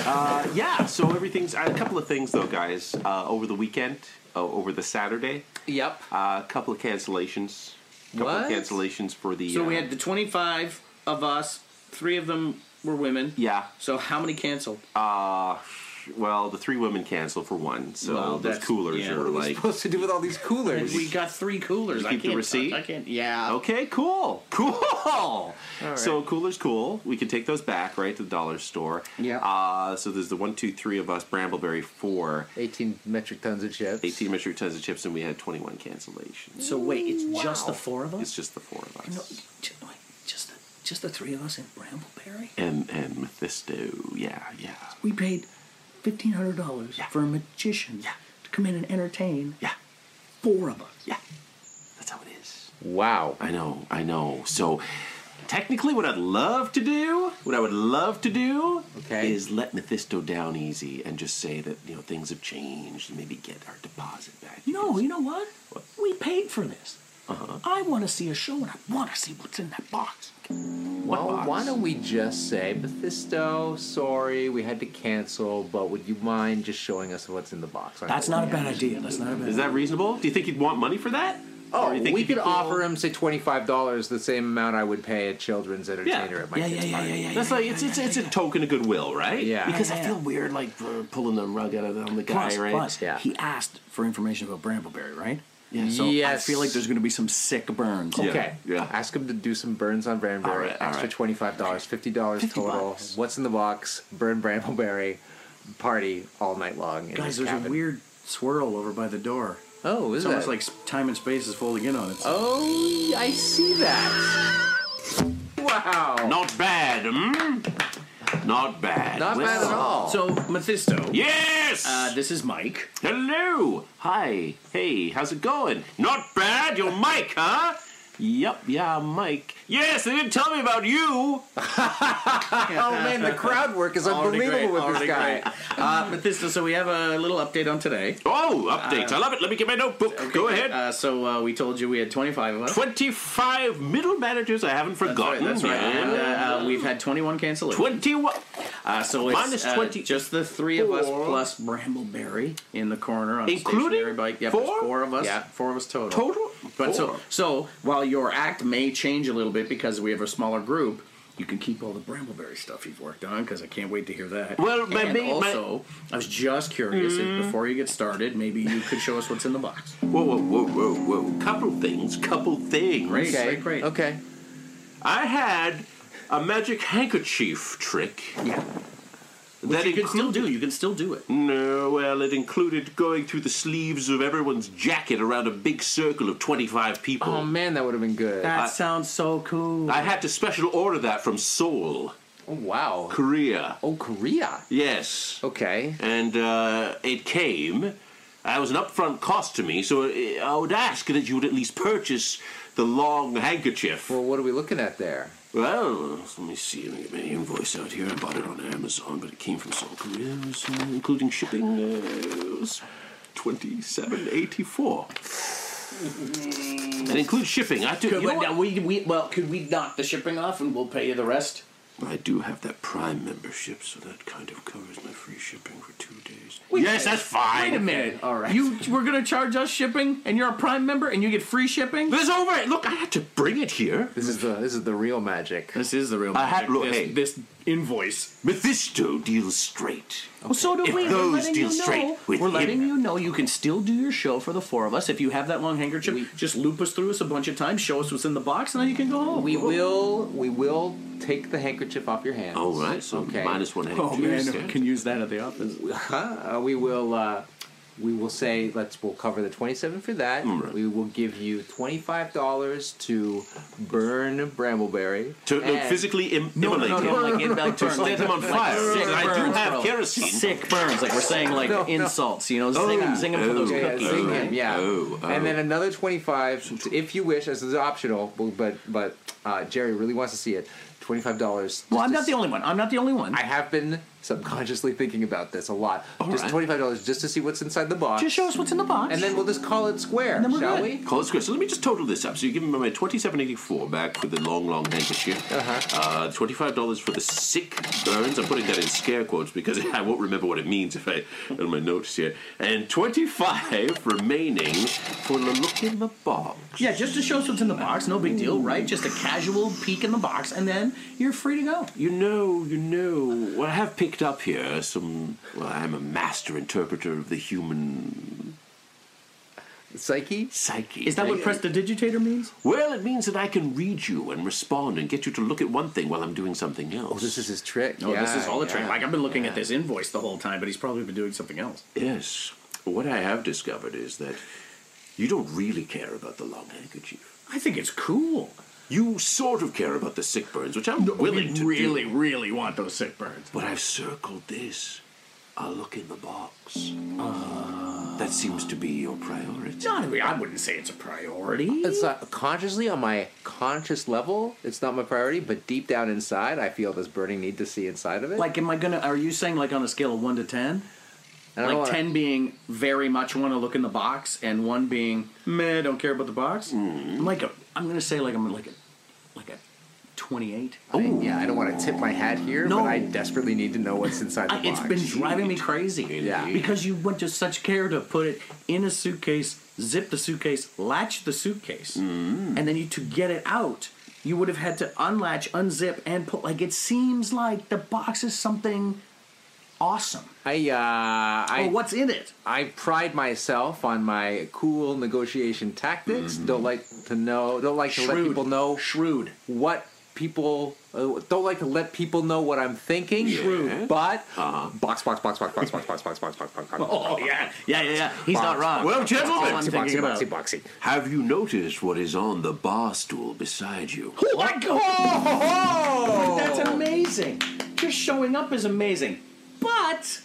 [SPEAKER 4] Uh, yeah, so everything's a couple of things though, guys. Uh, over the weekend, uh, over the Saturday,
[SPEAKER 5] Yep.
[SPEAKER 4] a couple of cancellations. couple
[SPEAKER 5] What?
[SPEAKER 4] of cancellations for the.
[SPEAKER 6] So we
[SPEAKER 4] uh,
[SPEAKER 6] had the 25 of us. Three of them were women.
[SPEAKER 4] Yeah.
[SPEAKER 6] So how many canceled?
[SPEAKER 4] Uh, well, the three women cancel for one, so
[SPEAKER 6] Well,
[SPEAKER 4] those
[SPEAKER 6] that's-
[SPEAKER 4] coolers
[SPEAKER 6] yeah.
[SPEAKER 4] are
[SPEAKER 6] What
[SPEAKER 4] like.
[SPEAKER 5] supposed to do with all these coolers?
[SPEAKER 6] we got three coolers.
[SPEAKER 4] You
[SPEAKER 6] I
[SPEAKER 4] keep the
[SPEAKER 6] can't
[SPEAKER 4] receipt? Oh.
[SPEAKER 6] Touch, I can't. Yeah.
[SPEAKER 4] Okay, cool, cool. So cooler's cool. We can take those back right to the dollar store.
[SPEAKER 6] Yeah.
[SPEAKER 4] Uh, so there's the one, two, three of us. Brambleberry four.
[SPEAKER 5] 18 metric tons of chips.
[SPEAKER 4] 18 metric tons of chips, and we had 21 cancellations.
[SPEAKER 6] So wait, it's just the four of
[SPEAKER 4] It's
[SPEAKER 6] us.
[SPEAKER 4] just the four of
[SPEAKER 6] No,
[SPEAKER 4] us.
[SPEAKER 6] j- wait, just the just the three of us in Brambleberry.
[SPEAKER 4] And and Mephisto. Yeah, yeah,
[SPEAKER 6] We paid fifteen hundred dollars
[SPEAKER 4] Yeah.
[SPEAKER 6] for a magician
[SPEAKER 4] Yeah.
[SPEAKER 6] to come in and entertain
[SPEAKER 4] yeah,
[SPEAKER 6] four of us.
[SPEAKER 4] yeah. That's how it is.
[SPEAKER 5] Wow.
[SPEAKER 4] I know, I know. So technically, what I'd love to do, what I would love to do,
[SPEAKER 5] Okay.
[SPEAKER 4] is let Mephisto down easy and just say that you know things have changed and maybe get our deposit back.
[SPEAKER 6] No, Oh, you know what? We paid for this. I want to see a show, and I want to see what's in that box.
[SPEAKER 5] Well,
[SPEAKER 4] box?
[SPEAKER 5] Oh, why don't we just say, Mephisto, sorry, we had to cancel, but would you mind just showing us what's in the box?
[SPEAKER 6] That's not a bad idea. That's not a bad.
[SPEAKER 4] Is that reasonable? Do you think you'd want money for that?
[SPEAKER 5] Oh,
[SPEAKER 4] Or you think
[SPEAKER 5] we
[SPEAKER 4] you'd be
[SPEAKER 5] could
[SPEAKER 4] cool?
[SPEAKER 5] offer him say twenty five dollars, the same amount I would pay a children's entertainer at my
[SPEAKER 6] Yeah, yeah,
[SPEAKER 5] kid's
[SPEAKER 6] yeah,
[SPEAKER 5] party.
[SPEAKER 6] yeah, yeah.
[SPEAKER 4] That's like it's it's, it's a token of goodwill, right?
[SPEAKER 5] Yeah.
[SPEAKER 4] Because I
[SPEAKER 6] Yeah.
[SPEAKER 4] feel weird, like uh, pulling the rug out of on the guy,
[SPEAKER 6] Plus,
[SPEAKER 4] right?
[SPEAKER 6] plus,
[SPEAKER 5] Yeah.
[SPEAKER 6] he asked for information about Brambleberry, right?
[SPEAKER 4] Yeah.
[SPEAKER 5] so-
[SPEAKER 6] I
[SPEAKER 5] Yes.
[SPEAKER 6] feel like there's going to be some sick burns.
[SPEAKER 4] Yeah,
[SPEAKER 5] Okay.
[SPEAKER 4] yeah.
[SPEAKER 5] Ask him to do some burns on Brambleberry.
[SPEAKER 4] All right, all
[SPEAKER 5] extra
[SPEAKER 4] right.
[SPEAKER 5] twenty five dollars, fifty dollars
[SPEAKER 4] 50
[SPEAKER 5] total.
[SPEAKER 4] bucks.
[SPEAKER 5] What's in the box? Burn Brambleberry. Party all night long. In
[SPEAKER 6] Guys,
[SPEAKER 5] his
[SPEAKER 6] there's a
[SPEAKER 5] cabin.
[SPEAKER 6] weird swirl over by the door.
[SPEAKER 5] Oh, is
[SPEAKER 6] It's
[SPEAKER 5] it?
[SPEAKER 6] almost like s- time and space is folding in on itself.
[SPEAKER 5] Oh, I see that. Wow.
[SPEAKER 4] Not bad. Mm? Not bad.
[SPEAKER 5] Not
[SPEAKER 4] Well-
[SPEAKER 5] bad at all.
[SPEAKER 6] So Mephisto,
[SPEAKER 4] Yes.
[SPEAKER 6] uh, this is Mike.
[SPEAKER 4] Hello! Hi! Hey, how's it going? Not bad! You're Mike, huh? Yup, yeah, Mike. Yes, they didn't tell me about you!
[SPEAKER 5] oh man, the crowd work is
[SPEAKER 6] Already
[SPEAKER 5] unbelievable
[SPEAKER 6] great,
[SPEAKER 5] with
[SPEAKER 6] already
[SPEAKER 5] this guy.
[SPEAKER 6] great. Uh, Mephisto, so we have a little update on today.
[SPEAKER 4] Oh, updates. I love it. Let me get my notebook. Go ahead.
[SPEAKER 6] Uh, so uh, we told you we had 25 of us.
[SPEAKER 4] 25 middle managers I haven't
[SPEAKER 6] That's right,
[SPEAKER 4] forgotten.
[SPEAKER 6] that's right. And
[SPEAKER 4] Yeah.
[SPEAKER 6] uh, uh, we've had 21 cancellations.
[SPEAKER 4] 21.
[SPEAKER 6] Uh, so it's
[SPEAKER 4] Minus
[SPEAKER 6] uh,
[SPEAKER 4] 20
[SPEAKER 6] just the three of us
[SPEAKER 4] Four.
[SPEAKER 6] plus Brambleberry in the corner on
[SPEAKER 4] Including
[SPEAKER 6] a stationary bike. Yep, there's
[SPEAKER 4] four?
[SPEAKER 6] four of us.
[SPEAKER 5] Yeah.
[SPEAKER 6] four of us total.
[SPEAKER 4] Total?
[SPEAKER 6] But so
[SPEAKER 4] Four.
[SPEAKER 6] so while your act may change a little bit because we have a smaller group, you can keep all the Brambleberry stuff you've worked on because I can't wait to hear that.
[SPEAKER 4] Well,
[SPEAKER 6] and
[SPEAKER 4] my ba- my-
[SPEAKER 6] also I was just curious
[SPEAKER 4] Mm.
[SPEAKER 6] if before you get started, maybe you could show us what's in the box.
[SPEAKER 4] Whoa, whoa, whoa, whoa, whoa. Couple things. Couple things.
[SPEAKER 6] Great,
[SPEAKER 5] Okay.
[SPEAKER 6] great, great.
[SPEAKER 5] Okay.
[SPEAKER 4] I had a magic handkerchief trick
[SPEAKER 6] Yeah,
[SPEAKER 4] that
[SPEAKER 6] you can
[SPEAKER 4] included-
[SPEAKER 6] still do. You can still do it.
[SPEAKER 4] No, well, it included going through the sleeves of everyone's jacket around a big circle of 25 people.
[SPEAKER 5] Oh man, that would have been good.
[SPEAKER 6] That
[SPEAKER 4] I-
[SPEAKER 6] sounds so cool.
[SPEAKER 4] I had to special order that from Seoul,
[SPEAKER 5] oh wow.
[SPEAKER 4] Korea.
[SPEAKER 5] Oh, Korea.
[SPEAKER 4] Yes.
[SPEAKER 5] Okay.
[SPEAKER 4] And uh, it came. It was an upfront cost to me, so uh, I I would ask that you would at least purchase the long handkerchief.
[SPEAKER 5] Well, what are we looking at there?
[SPEAKER 4] Well, let me see. Let me get my invoice out here. I bought it on Amazon, but it came from Seoul, Korea, It was, uh, including shipping. Uh, it was twenty-seven eighty-four. It includes shipping. I do.
[SPEAKER 6] Mm-hmm. Could,
[SPEAKER 4] You know
[SPEAKER 6] well,
[SPEAKER 4] what?
[SPEAKER 6] we, we, well, could we knock the shipping off and we'll pay you the rest?
[SPEAKER 4] I do have that Prime membership, so that kind of covers my free shipping for two days.
[SPEAKER 6] Wait a
[SPEAKER 4] yes,
[SPEAKER 6] minute.
[SPEAKER 4] that's fine.
[SPEAKER 6] Wait a minute.
[SPEAKER 5] all right.
[SPEAKER 6] You were gonna charge us shipping, and you're a Prime member, and you get free shipping.
[SPEAKER 4] This over it. Look, I had to bring it here.
[SPEAKER 5] This is the this is the real magic.
[SPEAKER 6] This is the real.
[SPEAKER 4] I had- look, hey.
[SPEAKER 6] this invoice.
[SPEAKER 4] Mephisto deals straight.
[SPEAKER 6] Well, so do
[SPEAKER 4] If
[SPEAKER 6] we.
[SPEAKER 4] those
[SPEAKER 6] we're letting
[SPEAKER 4] deal
[SPEAKER 6] you
[SPEAKER 4] straight
[SPEAKER 6] know.
[SPEAKER 4] with
[SPEAKER 6] We're
[SPEAKER 4] him.
[SPEAKER 6] letting you know you can still do your show for the four of us. If you have that long handkerchief, just loop us through us a bunch of times, show us what's in the box, and then you can go home.
[SPEAKER 5] We will we will take the handkerchief off your hands.
[SPEAKER 4] All right, so
[SPEAKER 5] okay.
[SPEAKER 4] minus one
[SPEAKER 6] Oh
[SPEAKER 4] handkerchief.
[SPEAKER 6] man, we can use that at the office.
[SPEAKER 5] Uh, we will uh, we will say let's we'll cover the twenty seven for that.
[SPEAKER 4] right.
[SPEAKER 5] We will give you twenty five dollars to burn Brambleberry.
[SPEAKER 4] To no,
[SPEAKER 5] and-
[SPEAKER 4] physically Im-
[SPEAKER 6] No, no,
[SPEAKER 4] immolate
[SPEAKER 6] no,
[SPEAKER 4] him.
[SPEAKER 6] no, like in like
[SPEAKER 4] to
[SPEAKER 6] turn,
[SPEAKER 4] set
[SPEAKER 6] like,
[SPEAKER 4] him on fire.
[SPEAKER 6] sick
[SPEAKER 4] And I do
[SPEAKER 6] burns,
[SPEAKER 4] have
[SPEAKER 6] bro.
[SPEAKER 4] kerosene.
[SPEAKER 6] sick burns, like we're saying like
[SPEAKER 5] No, no.
[SPEAKER 6] insults, you know, sing,
[SPEAKER 4] Oh,
[SPEAKER 6] sing 'em for
[SPEAKER 4] oh,
[SPEAKER 6] those
[SPEAKER 4] yeah,
[SPEAKER 5] Yeah,
[SPEAKER 6] cookies.
[SPEAKER 5] yeah, sing
[SPEAKER 4] right?
[SPEAKER 5] him, yeah.
[SPEAKER 4] Oh, oh.
[SPEAKER 5] And then another 25, t- if you wish, as is optional, bu- but but uh, Jerry really wants to see it. $25.
[SPEAKER 6] Well,
[SPEAKER 5] just
[SPEAKER 6] I'm
[SPEAKER 5] to
[SPEAKER 6] not the
[SPEAKER 5] s-
[SPEAKER 6] only one. I'm not the only one.
[SPEAKER 5] I have been subconsciously thinking about this a lot. just
[SPEAKER 4] right.
[SPEAKER 5] $25 just to see what's inside the box.
[SPEAKER 6] Just show us what's in the box.
[SPEAKER 5] and then we'll just call it square,
[SPEAKER 6] then we're
[SPEAKER 5] shall
[SPEAKER 6] good.
[SPEAKER 5] we?
[SPEAKER 4] Call it square. So let me just total this up. So you give him my twenty-seven eighty-four back for the long, long handkerchief. Uh-huh. Uh, twenty-five dollars for the sick burns. I'm putting that in scare quotes because I won't remember what it means if I on my notes here. And twenty-five remaining for the look in the box.
[SPEAKER 6] Yeah, just to show us what's in the box, no big deal, right? Just a casual peek in the box, and then you're free to go.
[SPEAKER 4] You know, you know. Well, I have picked up here some. Well, I am a master interpreter of the human
[SPEAKER 5] Psyche?
[SPEAKER 4] psyche.
[SPEAKER 6] Is that what prestidigitator means?
[SPEAKER 4] Well, it means that I can read you and respond and get you to look at one thing while I'm doing something else.
[SPEAKER 5] Oh, this is his trick.
[SPEAKER 7] Oh, this is all a
[SPEAKER 5] yeah.
[SPEAKER 7] trick. Like I've been looking at this invoice the whole time, but he's probably been doing something else.
[SPEAKER 4] Yes. What I have discovered is that you don't really care about the long handkerchief.
[SPEAKER 7] I think it's cool.
[SPEAKER 4] You sort of care about the sick burns, which I'm willing
[SPEAKER 7] we
[SPEAKER 4] to
[SPEAKER 7] really,
[SPEAKER 4] do.
[SPEAKER 7] really want those sick birds.
[SPEAKER 4] But I've circled this. I'll look in the box. that seems to be your priority.
[SPEAKER 7] Not, I, mean, I wouldn't say it's a priority.
[SPEAKER 5] It's not consciously on my conscious level. It's not my priority, but deep down inside, I feel this burning need to see inside of it.
[SPEAKER 6] Like, am I gonna? Are you saying like on a scale of one to ten?
[SPEAKER 5] And
[SPEAKER 7] like
[SPEAKER 5] I don't wanna-
[SPEAKER 7] 10 being very much want to look in the box and one being meh don't care about the box
[SPEAKER 6] I'm like a. I'm gonna say like I'm like a, like a, twenty-eight.
[SPEAKER 5] I- yeah, I don't want to tip my hat here,
[SPEAKER 6] No.
[SPEAKER 5] but I desperately need to know what's inside the
[SPEAKER 6] I,
[SPEAKER 5] box.
[SPEAKER 6] it's been driving me crazy.
[SPEAKER 5] Yeah.
[SPEAKER 6] Because you went to such care to put it in a suitcase, zip the suitcase, latch the suitcase, and then you to get it out, you would have had to unlatch, unzip, and put. Like it seems like the box is something awesome.
[SPEAKER 5] I, uh, I,
[SPEAKER 6] or what's in it?
[SPEAKER 5] I pride myself on my cool negotiation tactics.
[SPEAKER 6] Mm-hmm.
[SPEAKER 5] Don't like to know. Don't like to let people know
[SPEAKER 6] Shrewd.
[SPEAKER 5] what people. Uh, don't like to let people know what I'm thinking.
[SPEAKER 4] Shrewd.
[SPEAKER 5] But box, box, box, box, box, box, box, box, box, box, box, box.
[SPEAKER 6] Oh yeah, yeah, yeah, yeah. He's not
[SPEAKER 5] Box,
[SPEAKER 6] wrong.
[SPEAKER 4] Well, gentlemen,
[SPEAKER 6] I'm
[SPEAKER 5] Boxy,
[SPEAKER 6] thinking
[SPEAKER 5] boxy,
[SPEAKER 6] about-
[SPEAKER 5] boxy, boxy.
[SPEAKER 4] have you noticed what is on the bar stool beside you?
[SPEAKER 6] Oh my god! That's amazing. Just showing up is amazing. But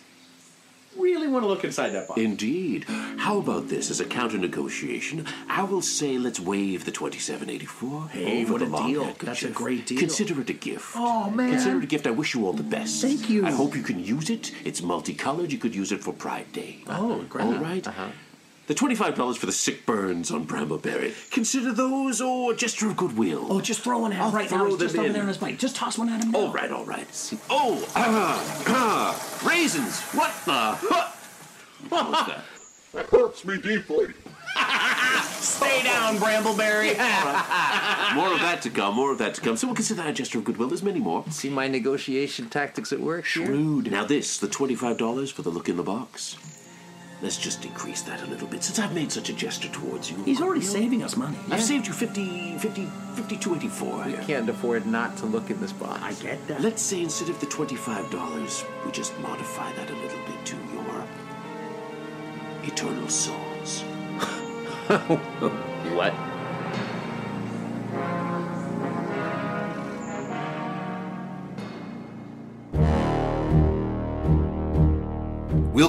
[SPEAKER 6] really want to look inside that box.
[SPEAKER 4] Indeed. How about this as a counter negotiation? I will say let's waive the 2784
[SPEAKER 6] Hey,
[SPEAKER 4] over
[SPEAKER 6] what
[SPEAKER 4] the
[SPEAKER 6] a
[SPEAKER 4] long
[SPEAKER 6] deal.
[SPEAKER 4] handkerchief.
[SPEAKER 6] That's a great deal.
[SPEAKER 4] Consider it a gift.
[SPEAKER 6] Oh, man.
[SPEAKER 4] Consider it a gift. I wish you all the best.
[SPEAKER 6] Thank you.
[SPEAKER 4] I hope you can use it. It's multicolored. You could use it for Pride Day.
[SPEAKER 6] Oh, great.
[SPEAKER 4] All right. The $25 for the sick burns on Brambleberry. Consider those or a gesture of goodwill.
[SPEAKER 6] Oh, just throw one at
[SPEAKER 4] I'll
[SPEAKER 6] him right now.
[SPEAKER 4] throw
[SPEAKER 6] He's just
[SPEAKER 4] them
[SPEAKER 6] over
[SPEAKER 4] in.
[SPEAKER 6] there on his bike. Just toss one at him. Now.
[SPEAKER 4] All right, all right. Oh, ah, ah, raisins. What the? Huh. What was that?
[SPEAKER 3] It hurts me deeply.
[SPEAKER 6] Stay down, Brambleberry.
[SPEAKER 4] More of that to come. More of that to come. So we'll consider that a gesture of goodwill. There's many more.
[SPEAKER 5] See my negotiation tactics at work. here?
[SPEAKER 4] Rude. Now this, the twenty-five dollars for the look in the box. Let's just increase that a little bit since I've made such a gesture towards you.
[SPEAKER 6] He's already
[SPEAKER 4] You know,
[SPEAKER 6] saving us money.
[SPEAKER 4] I've saved you 50, 50, 5284.
[SPEAKER 5] We can't afford not to look in this box.
[SPEAKER 6] I get that.
[SPEAKER 4] Let's say instead of the twenty-five dollars, we just modify that a little bit to your eternal souls.
[SPEAKER 5] What?
[SPEAKER 4] We'll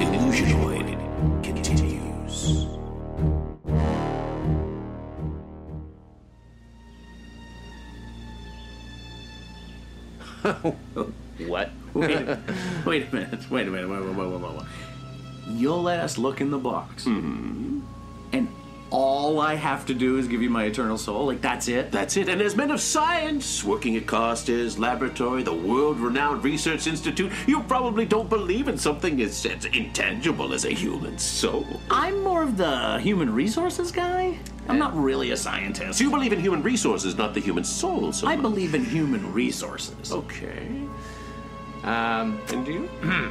[SPEAKER 4] Illusionoid continues.
[SPEAKER 7] what wait, wait a minute wait a
[SPEAKER 6] Mm-hmm.
[SPEAKER 7] minute wait, wait, wait, wait, wait, wait. you'll let us look in the box and
[SPEAKER 6] all I have to do is give you my eternal soul. Like that's it.
[SPEAKER 4] That's it. And as men of science, working at Costa's laboratory, the world renowned research institute, you probably don't believe in something as, as intangible as a human soul.
[SPEAKER 6] I'm more of the human resources guy. I'm not really a scientist.
[SPEAKER 4] So you believe in human resources, not the human soul, so eh?
[SPEAKER 6] I
[SPEAKER 4] much.
[SPEAKER 6] believe in human resources.
[SPEAKER 4] Okay.
[SPEAKER 5] Um,
[SPEAKER 4] And you?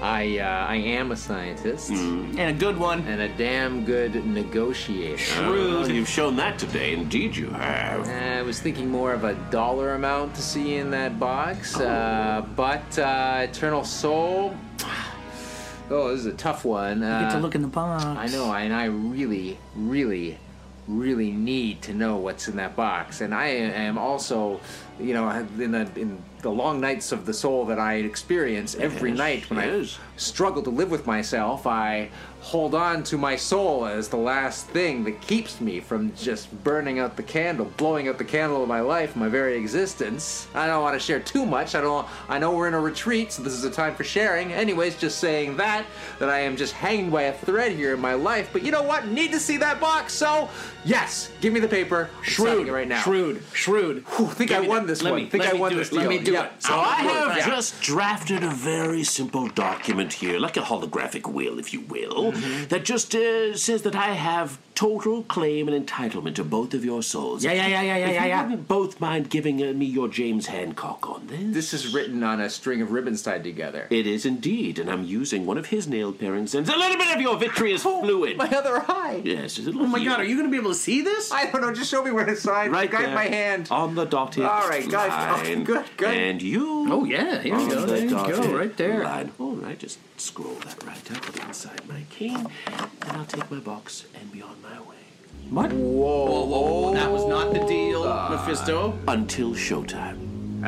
[SPEAKER 5] I uh, I am a scientist
[SPEAKER 4] Mm.
[SPEAKER 6] And a good one.
[SPEAKER 5] and a damn good negotiator.
[SPEAKER 4] Well, you've shown that today. Indeed, you have.
[SPEAKER 5] Uh, I was thinking more of a dollar amount to see in that box,
[SPEAKER 4] Oh.
[SPEAKER 5] uh, but uh, Eternal Soul. Oh, this is a tough one. Uh,
[SPEAKER 6] Get to look in the box.
[SPEAKER 5] I know, and I really, really, really need to know what's in that box. And I am also, you know, in the in the long nights of the soul that I experience every
[SPEAKER 4] Yes,
[SPEAKER 5] night when I
[SPEAKER 4] yes.
[SPEAKER 5] struggle to live with myself, I hold on to my soul as the last thing that keeps me from just burning out the candle, blowing out the candle of my life, my very existence. I don't want to share too much. I don't. I know we're in a retreat, so this is a time for sharing. Anyways, just saying that that I am just hanging by a thread here in my life. But you know what? Need to see that box. So yes, give me the paper. I'm signing
[SPEAKER 6] Shrewd
[SPEAKER 5] it right now.
[SPEAKER 6] Shrewd. Shrewd.
[SPEAKER 5] Whew, think I won this
[SPEAKER 6] Let
[SPEAKER 5] one.
[SPEAKER 6] me-
[SPEAKER 5] think
[SPEAKER 6] let
[SPEAKER 5] I
[SPEAKER 6] me
[SPEAKER 5] won
[SPEAKER 6] do
[SPEAKER 5] this
[SPEAKER 6] it. Let
[SPEAKER 5] deal.
[SPEAKER 6] me do
[SPEAKER 5] Yeah. Oh,
[SPEAKER 6] it.
[SPEAKER 4] So I have
[SPEAKER 5] Yeah.
[SPEAKER 4] just drafted a very simple document here, like a holographic will, if you will,
[SPEAKER 6] Mm-hmm.
[SPEAKER 4] that just uh, says that I have total claim and entitlement to both of your souls.
[SPEAKER 6] Yeah, yeah, yeah, yeah, yeah,
[SPEAKER 4] If
[SPEAKER 6] yeah,
[SPEAKER 4] you
[SPEAKER 6] yeah.
[SPEAKER 4] wouldn't both mind giving uh, me your James Hancock on this.
[SPEAKER 5] This is written on a string of ribbons tied together.
[SPEAKER 4] It is indeed, and I'm using one of his nail parings and a little bit of your vitreous
[SPEAKER 5] Oh,
[SPEAKER 4] fluid.
[SPEAKER 5] My other eye.
[SPEAKER 4] Yes, a little. Oh
[SPEAKER 6] Oh my god, are you gonna be able to see this?
[SPEAKER 5] I don't know. Just show me where to sign.
[SPEAKER 4] right
[SPEAKER 5] Guide
[SPEAKER 4] there
[SPEAKER 5] my hand.
[SPEAKER 4] uh, on the dotted
[SPEAKER 5] All right, guys. Oh,
[SPEAKER 4] line.
[SPEAKER 5] good, good.
[SPEAKER 4] And you.
[SPEAKER 6] Oh yeah, here
[SPEAKER 4] on
[SPEAKER 6] you go.
[SPEAKER 4] the
[SPEAKER 6] There you
[SPEAKER 4] dotted
[SPEAKER 6] go, right there.
[SPEAKER 4] Line. All right, just scroll that right up, put it inside my cane, and I'll take my box and be on my way
[SPEAKER 6] What?
[SPEAKER 5] Whoa.
[SPEAKER 6] Oh, that was not the deal, Mephisto.
[SPEAKER 4] until showtime.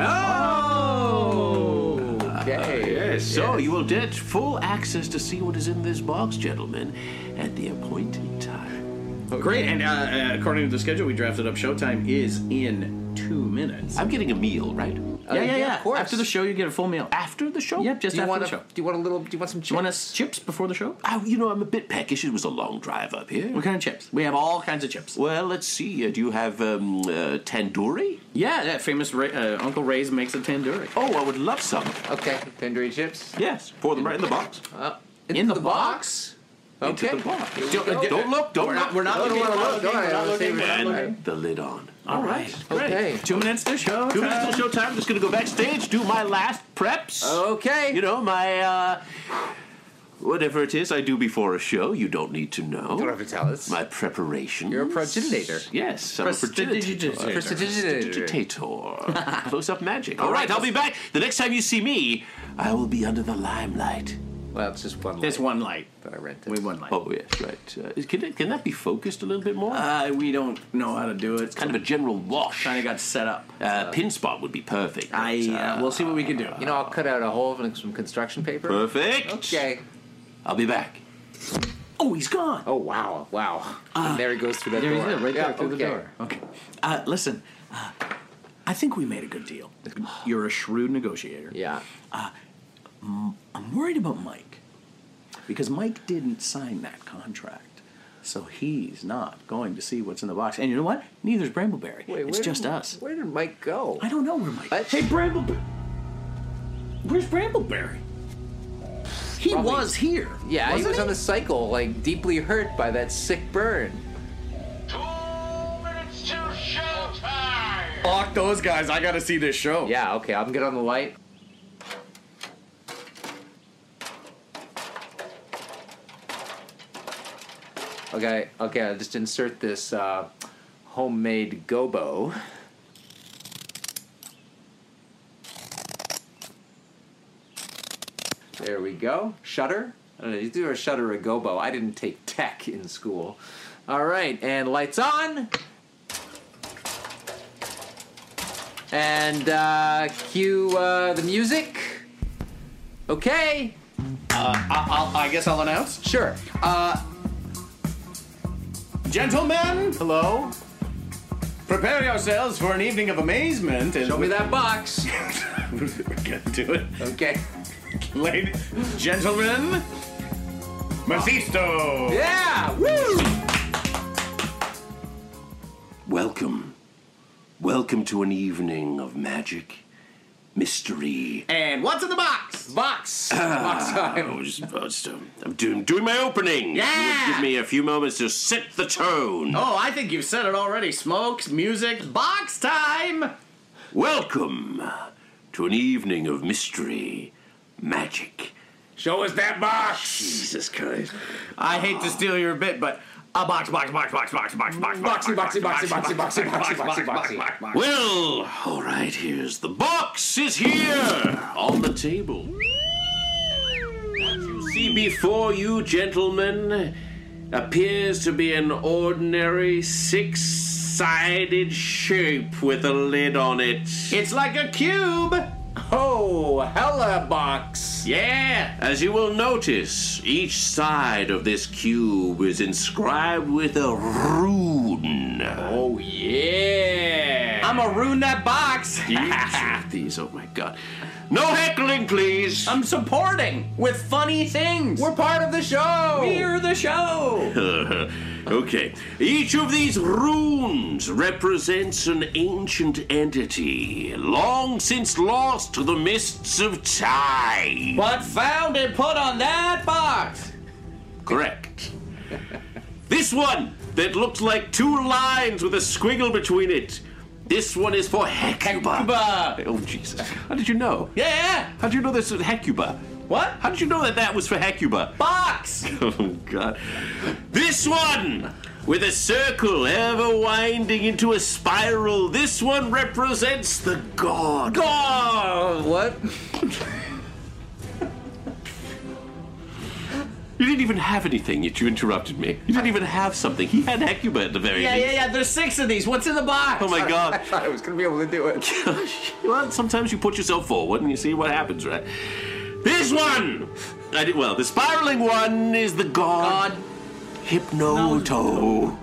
[SPEAKER 6] Oh!
[SPEAKER 5] Okay.
[SPEAKER 4] Yes. So you will get full access to see what is in this box, gentlemen, at the appointed time.
[SPEAKER 6] Great, and uh, uh, according to the schedule we drafted up, Showtime is in two minutes.
[SPEAKER 4] I'm getting a meal, right?
[SPEAKER 5] yeah, yeah, of course.
[SPEAKER 6] After the show, you get a full meal.
[SPEAKER 4] After the show.
[SPEAKER 6] Yep, just
[SPEAKER 5] Do you
[SPEAKER 6] after
[SPEAKER 5] want
[SPEAKER 6] the
[SPEAKER 5] a,
[SPEAKER 6] show.
[SPEAKER 5] Do you want a little? Do you want some
[SPEAKER 6] Do you want
[SPEAKER 5] chips?
[SPEAKER 6] us chips before the show?
[SPEAKER 4] I, you know, I'm a bit peckish. It was a long drive up here.
[SPEAKER 6] What kind of chips? We have all kinds of chips.
[SPEAKER 4] Well, let's see. Uh, do you have um, uh, tandoori?
[SPEAKER 6] Yeah, that famous Ray, uh, Uncle Ray's makes a tandoori.
[SPEAKER 4] Oh, I would love some.
[SPEAKER 5] Okay. Tandoori chips.
[SPEAKER 4] Yes. Pour them right in the box.
[SPEAKER 6] Oh.
[SPEAKER 5] Uh,
[SPEAKER 6] In the box?
[SPEAKER 5] Okay.
[SPEAKER 4] Into the box.
[SPEAKER 5] Here we
[SPEAKER 4] Don't, uh,
[SPEAKER 5] go.
[SPEAKER 4] don't look. Don't
[SPEAKER 6] We're
[SPEAKER 4] look.
[SPEAKER 6] not, we're not
[SPEAKER 5] Don't
[SPEAKER 6] looking.
[SPEAKER 5] wanna
[SPEAKER 6] we're not
[SPEAKER 5] look,
[SPEAKER 6] looking,
[SPEAKER 5] don't
[SPEAKER 6] we're not
[SPEAKER 5] wanna
[SPEAKER 6] looking, we're not
[SPEAKER 4] and
[SPEAKER 6] looking.
[SPEAKER 4] the lid on.
[SPEAKER 6] All right.
[SPEAKER 5] Okay.
[SPEAKER 6] Two minutes to show.
[SPEAKER 4] Two minutes till showtime. Just gonna go backstage, do my last preps.
[SPEAKER 6] Oh,
[SPEAKER 5] Okay.
[SPEAKER 4] You know my uh, whatever it is I do before a show. You don't need to know.
[SPEAKER 5] don't have to tell us.
[SPEAKER 4] My preparation.
[SPEAKER 5] You're a progenitor.
[SPEAKER 4] Yes, I'm a
[SPEAKER 6] Prestidigitator.
[SPEAKER 4] progenitor.
[SPEAKER 5] Prestidigitator.
[SPEAKER 4] Prestidigitator. Close-up magic. All
[SPEAKER 5] right,
[SPEAKER 4] right, I'll be back. The next time you see me, I will be under the limelight.
[SPEAKER 5] Well, it's just one.
[SPEAKER 6] There's
[SPEAKER 5] light
[SPEAKER 6] one light.
[SPEAKER 5] that I rented.
[SPEAKER 6] We one light.
[SPEAKER 4] Oh yes, right. Uh, is- can, it, can that be focused a little bit more?
[SPEAKER 6] Uh, we don't know how to do it. It's
[SPEAKER 4] kind of a general wash.
[SPEAKER 6] kind of got set up.
[SPEAKER 4] uh, pin spot would be perfect. but,
[SPEAKER 6] I. Uh, we'll see what we can do.
[SPEAKER 5] You know, I'll cut out a hole and some construction paper.
[SPEAKER 4] perfect.
[SPEAKER 5] Okay.
[SPEAKER 4] I'll be back.
[SPEAKER 6] oh, he's gone.
[SPEAKER 5] Oh wow, wow. And there he goes through that
[SPEAKER 6] There he
[SPEAKER 5] door.
[SPEAKER 6] is, right
[SPEAKER 5] Yeah,
[SPEAKER 6] there through the
[SPEAKER 5] okay.
[SPEAKER 6] door. Okay. Uh, listen, uh, I think we made a good deal. You're a shrewd negotiator.
[SPEAKER 5] Yeah.
[SPEAKER 6] I'm worried about Mike because Mike didn't sign that contract. So he's not going to see what's in the box. And you know what? Neither's Brambleberry.
[SPEAKER 5] Wait,
[SPEAKER 6] it's
[SPEAKER 5] where
[SPEAKER 6] just
[SPEAKER 5] did,
[SPEAKER 6] us.
[SPEAKER 5] Where did Mike go?
[SPEAKER 6] I don't know where Mike
[SPEAKER 5] Uh,
[SPEAKER 6] Hey, Brambleberry. Where's Brambleberry? He
[SPEAKER 5] Probably-
[SPEAKER 6] was here.
[SPEAKER 5] yeah, he
[SPEAKER 6] wasn't
[SPEAKER 5] was on the cycle, like deeply hurt by that sick burn.
[SPEAKER 3] Two minutes to showtime!
[SPEAKER 6] Block those guys. I got to see this
[SPEAKER 1] Oh.
[SPEAKER 6] show.
[SPEAKER 5] Yeah, okay, I'm good on the light. Okay, okay, I'll just insert this uh, homemade gobo. There we go. Shutter. I don't know, you do a shutter or a gobo. I didn't take tech in school. All right, and lights on. And uh, cue uh, the music. Okay,
[SPEAKER 6] I, I'll, I guess I'll announce.
[SPEAKER 5] sure. Uh,
[SPEAKER 6] Gentlemen, hello. Prepare yourselves for an evening of amazement. And
[SPEAKER 5] show me that box.
[SPEAKER 6] We're gonna do it.
[SPEAKER 5] Okay.
[SPEAKER 6] Ladies, gentlemen, Mephisto.
[SPEAKER 5] Yeah! Woo!
[SPEAKER 4] Welcome. Welcome to an evening of magic, mystery. Ah,
[SPEAKER 6] And what's in the box?
[SPEAKER 5] Box. Box
[SPEAKER 4] I
[SPEAKER 5] time.
[SPEAKER 4] was just, I was, um, I'm doing, doing my opening.
[SPEAKER 6] Yeah!
[SPEAKER 4] You would give me a few moments to set the tone.
[SPEAKER 6] Oh, I think you've said it already. Smokes, music, box time.
[SPEAKER 4] Welcome to an evening of mystery, magic.
[SPEAKER 5] Show us that box.
[SPEAKER 4] Jesus Christ.
[SPEAKER 6] I hate to steal your bit, but a box, box, box, box, box, box, box, box,
[SPEAKER 5] Boxy, boxy, boxy, boxy, boxy, boxy, boxy, boxy.
[SPEAKER 4] Well, all right, here's the box is here on the table. What you see before you, gentlemen, appears to be an ordinary six sided shape with a lid on it.
[SPEAKER 6] It's like a cube.
[SPEAKER 5] Oh, hella box.
[SPEAKER 6] Yeah.
[SPEAKER 4] As you will notice, each side of this cube is inscribed with a rune.
[SPEAKER 5] Oh yeah.
[SPEAKER 6] I'm gonna ruin that box.
[SPEAKER 4] Each of these, oh my god. No heckling, please!
[SPEAKER 6] I'm supporting with funny things.
[SPEAKER 5] We're part of the show.
[SPEAKER 6] We're the show.
[SPEAKER 4] okay. Each of these runes represents an ancient entity long since lost to the mists of time.
[SPEAKER 6] But found and put on that box.
[SPEAKER 4] Correct. this one that looks like two lines with a squiggle between it. This one is for Hecuba.
[SPEAKER 6] Hecuba.
[SPEAKER 4] Oh, Jesus. How did you know?
[SPEAKER 6] Yeah.
[SPEAKER 4] How did you know this was Hecuba?
[SPEAKER 6] What?
[SPEAKER 4] How did you know that that was for Hecuba?
[SPEAKER 6] Box.
[SPEAKER 4] Oh God! This one with a circle ever winding into a spiral. This one represents the god. God!
[SPEAKER 5] What?
[SPEAKER 4] You didn't even have anything yet. You interrupted me. You didn't even have something. He had Hecuba at the very
[SPEAKER 6] Yeah,
[SPEAKER 4] end.
[SPEAKER 6] yeah, yeah. There's six of these. What's in the box?
[SPEAKER 4] Oh my God!
[SPEAKER 5] I was gonna be able to do it.
[SPEAKER 4] well, sometimes you put yourself forward and you see what happens, right? This one. I did, well, the spiraling one is the god,
[SPEAKER 6] God.
[SPEAKER 4] Hypnoto.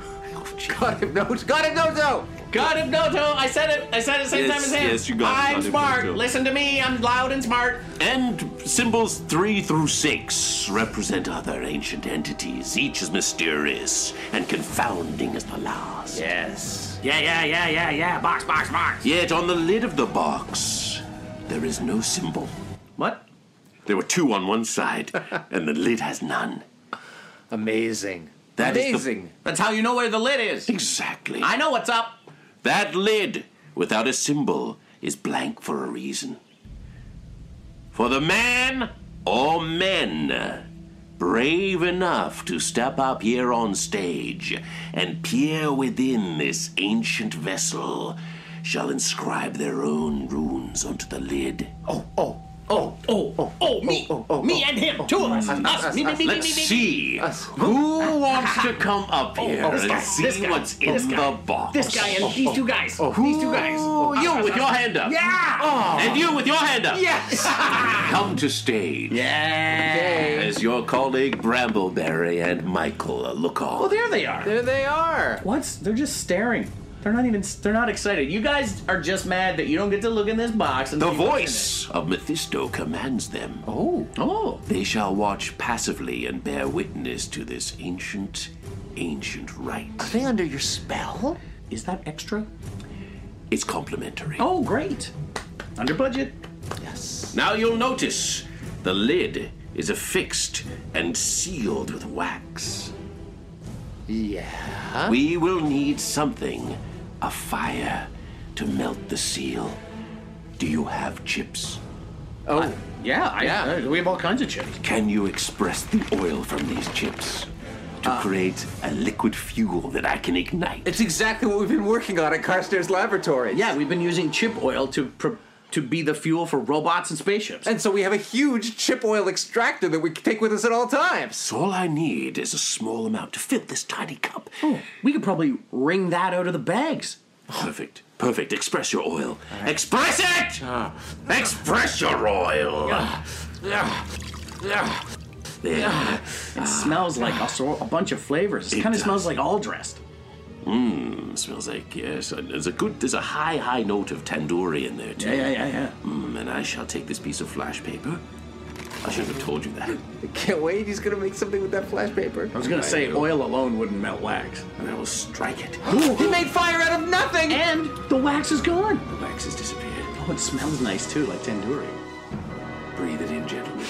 [SPEAKER 5] Got him no. Got him no. No.
[SPEAKER 6] God of Noto, I said it. I said it same
[SPEAKER 4] Yes,
[SPEAKER 6] time as him.
[SPEAKER 4] yes, you got it,
[SPEAKER 6] I'm
[SPEAKER 4] God of
[SPEAKER 6] smart.
[SPEAKER 4] Noto.
[SPEAKER 6] Listen to me. I'm loud and smart.
[SPEAKER 4] And symbols three through six represent other ancient entities, each as mysterious and confounding as the last.
[SPEAKER 6] Yes. Yeah, yeah, yeah, yeah, yeah. Box, box, box.
[SPEAKER 4] Yet on the lid of the box, there is no symbol.
[SPEAKER 6] What?
[SPEAKER 4] There were two on one side, and the lid has none.
[SPEAKER 5] Amazing.
[SPEAKER 4] That is the-
[SPEAKER 5] Amazing.
[SPEAKER 6] That's how you know where the lid is.
[SPEAKER 4] Exactly.
[SPEAKER 6] I know what's up.
[SPEAKER 4] That lid, without a symbol, is blank for a reason. For the man or men brave enough to step up here on stage and peer within this ancient vessel shall inscribe their own runes onto the lid.
[SPEAKER 6] Oh, oh, oh, oh, me, me and him, two of us, us, me, me, me, me, me,
[SPEAKER 4] Let's
[SPEAKER 6] me.
[SPEAKER 4] see who wants to come up here
[SPEAKER 6] Oh, this guy,
[SPEAKER 4] and
[SPEAKER 6] this
[SPEAKER 4] see
[SPEAKER 6] guy,
[SPEAKER 4] what's
[SPEAKER 6] this
[SPEAKER 4] in
[SPEAKER 6] guy,
[SPEAKER 4] the box.
[SPEAKER 6] This guy and these two guys, these two guys. Oh,
[SPEAKER 4] Ooh, you with your hand up. Oh.
[SPEAKER 6] Yeah.
[SPEAKER 4] And you with your hand up.
[SPEAKER 6] Yes.
[SPEAKER 4] Come to stage.
[SPEAKER 6] Yeah.
[SPEAKER 4] As your colleague Brambleberry and Michael uh, look on.
[SPEAKER 6] Well, Oh, there they are.
[SPEAKER 5] There they are.
[SPEAKER 6] What's? They're just staring. They're not even. They're not excited. You guys are just mad that you don't get to look in this box. And
[SPEAKER 4] the
[SPEAKER 6] see what's in
[SPEAKER 4] voice of Mephisto commands them.
[SPEAKER 5] Oh.
[SPEAKER 6] it. Oh.
[SPEAKER 4] They shall watch passively and bear witness to this ancient, ancient rite.
[SPEAKER 5] They under your spell?
[SPEAKER 6] Is that extra?
[SPEAKER 4] It's complimentary.
[SPEAKER 6] Oh, great. Under budget.
[SPEAKER 4] Now you'll notice the lid is affixed and sealed with wax. Yeah. We will need something, a fire, to melt the seal. Do you have chips?
[SPEAKER 5] Oh.
[SPEAKER 6] Yeah. I,
[SPEAKER 5] Yeah.
[SPEAKER 6] uh, we have all kinds of chips.
[SPEAKER 4] Can you express the oil from these chips to
[SPEAKER 5] Uh.
[SPEAKER 4] create a liquid fuel that I can ignite?
[SPEAKER 5] it's exactly what we've been working on at Carstairs Laboratories.
[SPEAKER 6] Yeah, we've been using chip oil to pr- to be the fuel for robots and spaceships.
[SPEAKER 5] And so we have a huge chip oil extractor that we can take with us at all times.
[SPEAKER 4] All I need is a small amount to fill this tiny cup.
[SPEAKER 6] Oh, we could probably wring that out of the bags.
[SPEAKER 4] Perfect. Perfect. Express your oil. Express it! Express your oil! There.
[SPEAKER 6] It smells like a, sor- a bunch of flavors. It
[SPEAKER 4] It
[SPEAKER 6] kind of
[SPEAKER 4] does.
[SPEAKER 6] smells like all dressed.
[SPEAKER 4] Smells like yes. and There's a good. There's a high, high note of tandoori in there too.
[SPEAKER 6] yeah, yeah, yeah.
[SPEAKER 4] Mm, and I shall take this piece of flash paper,
[SPEAKER 2] I shouldn't have told you that.
[SPEAKER 5] I can't wait. He's gonna make something with that flash paper.
[SPEAKER 8] I was gonna say oil alone wouldn't melt wax.
[SPEAKER 2] And I will strike it.
[SPEAKER 5] He made fire out of nothing.
[SPEAKER 6] And the wax is gone.
[SPEAKER 2] The wax has disappeared.
[SPEAKER 6] Oh, it smells nice too, like tandoori.
[SPEAKER 2] Breathe it in, gentlemen.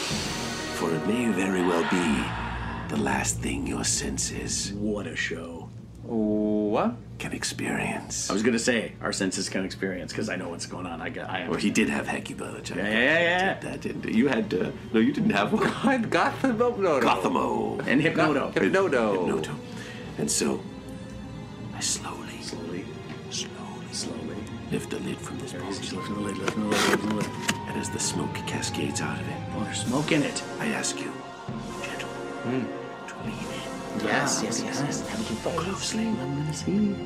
[SPEAKER 2] For it may very well be the last thing your senses
[SPEAKER 6] What a show.
[SPEAKER 5] What?
[SPEAKER 2] can experience.
[SPEAKER 6] I was gonna say our senses can experience because I know what's going on. I got. I am.
[SPEAKER 2] Or he did have Hecky by the time.
[SPEAKER 6] Yeah, yeah, yeah, yeah.
[SPEAKER 2] That didn't. You had. Uh, no, you didn't have one.
[SPEAKER 5] I got the no no.
[SPEAKER 2] Gothamo.
[SPEAKER 6] And Hypnodo.
[SPEAKER 5] Hypnodo.
[SPEAKER 2] Hypnoto. And so, I slowly, slowly, slowly, slowly lift the lid from this box.
[SPEAKER 6] Lifting the lid, lifting the lid, lifting the lid.
[SPEAKER 2] And as the smoke cascades out of it,
[SPEAKER 6] Oh, there's smoke in it.
[SPEAKER 2] I ask you, gentlemen, to lean in
[SPEAKER 6] Hmm. Yes, yes, yes, yes.
[SPEAKER 2] closely.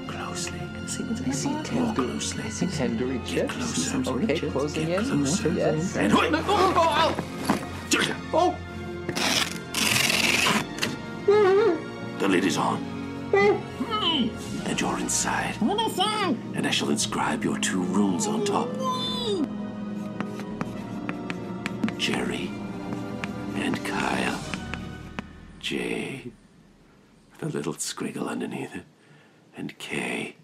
[SPEAKER 2] Closely. More closely.
[SPEAKER 5] Tendery chips.
[SPEAKER 2] Closer.
[SPEAKER 5] Okay, closing in.
[SPEAKER 2] Closer.
[SPEAKER 5] Yes.
[SPEAKER 2] And hoy!
[SPEAKER 5] Oh,
[SPEAKER 2] Oh! Oh. The lid is on.
[SPEAKER 5] Mm.
[SPEAKER 2] And you're inside. And I shall inscribe your two rules on top Jerry and Kyle. J. With a little squiggle underneath it. And K.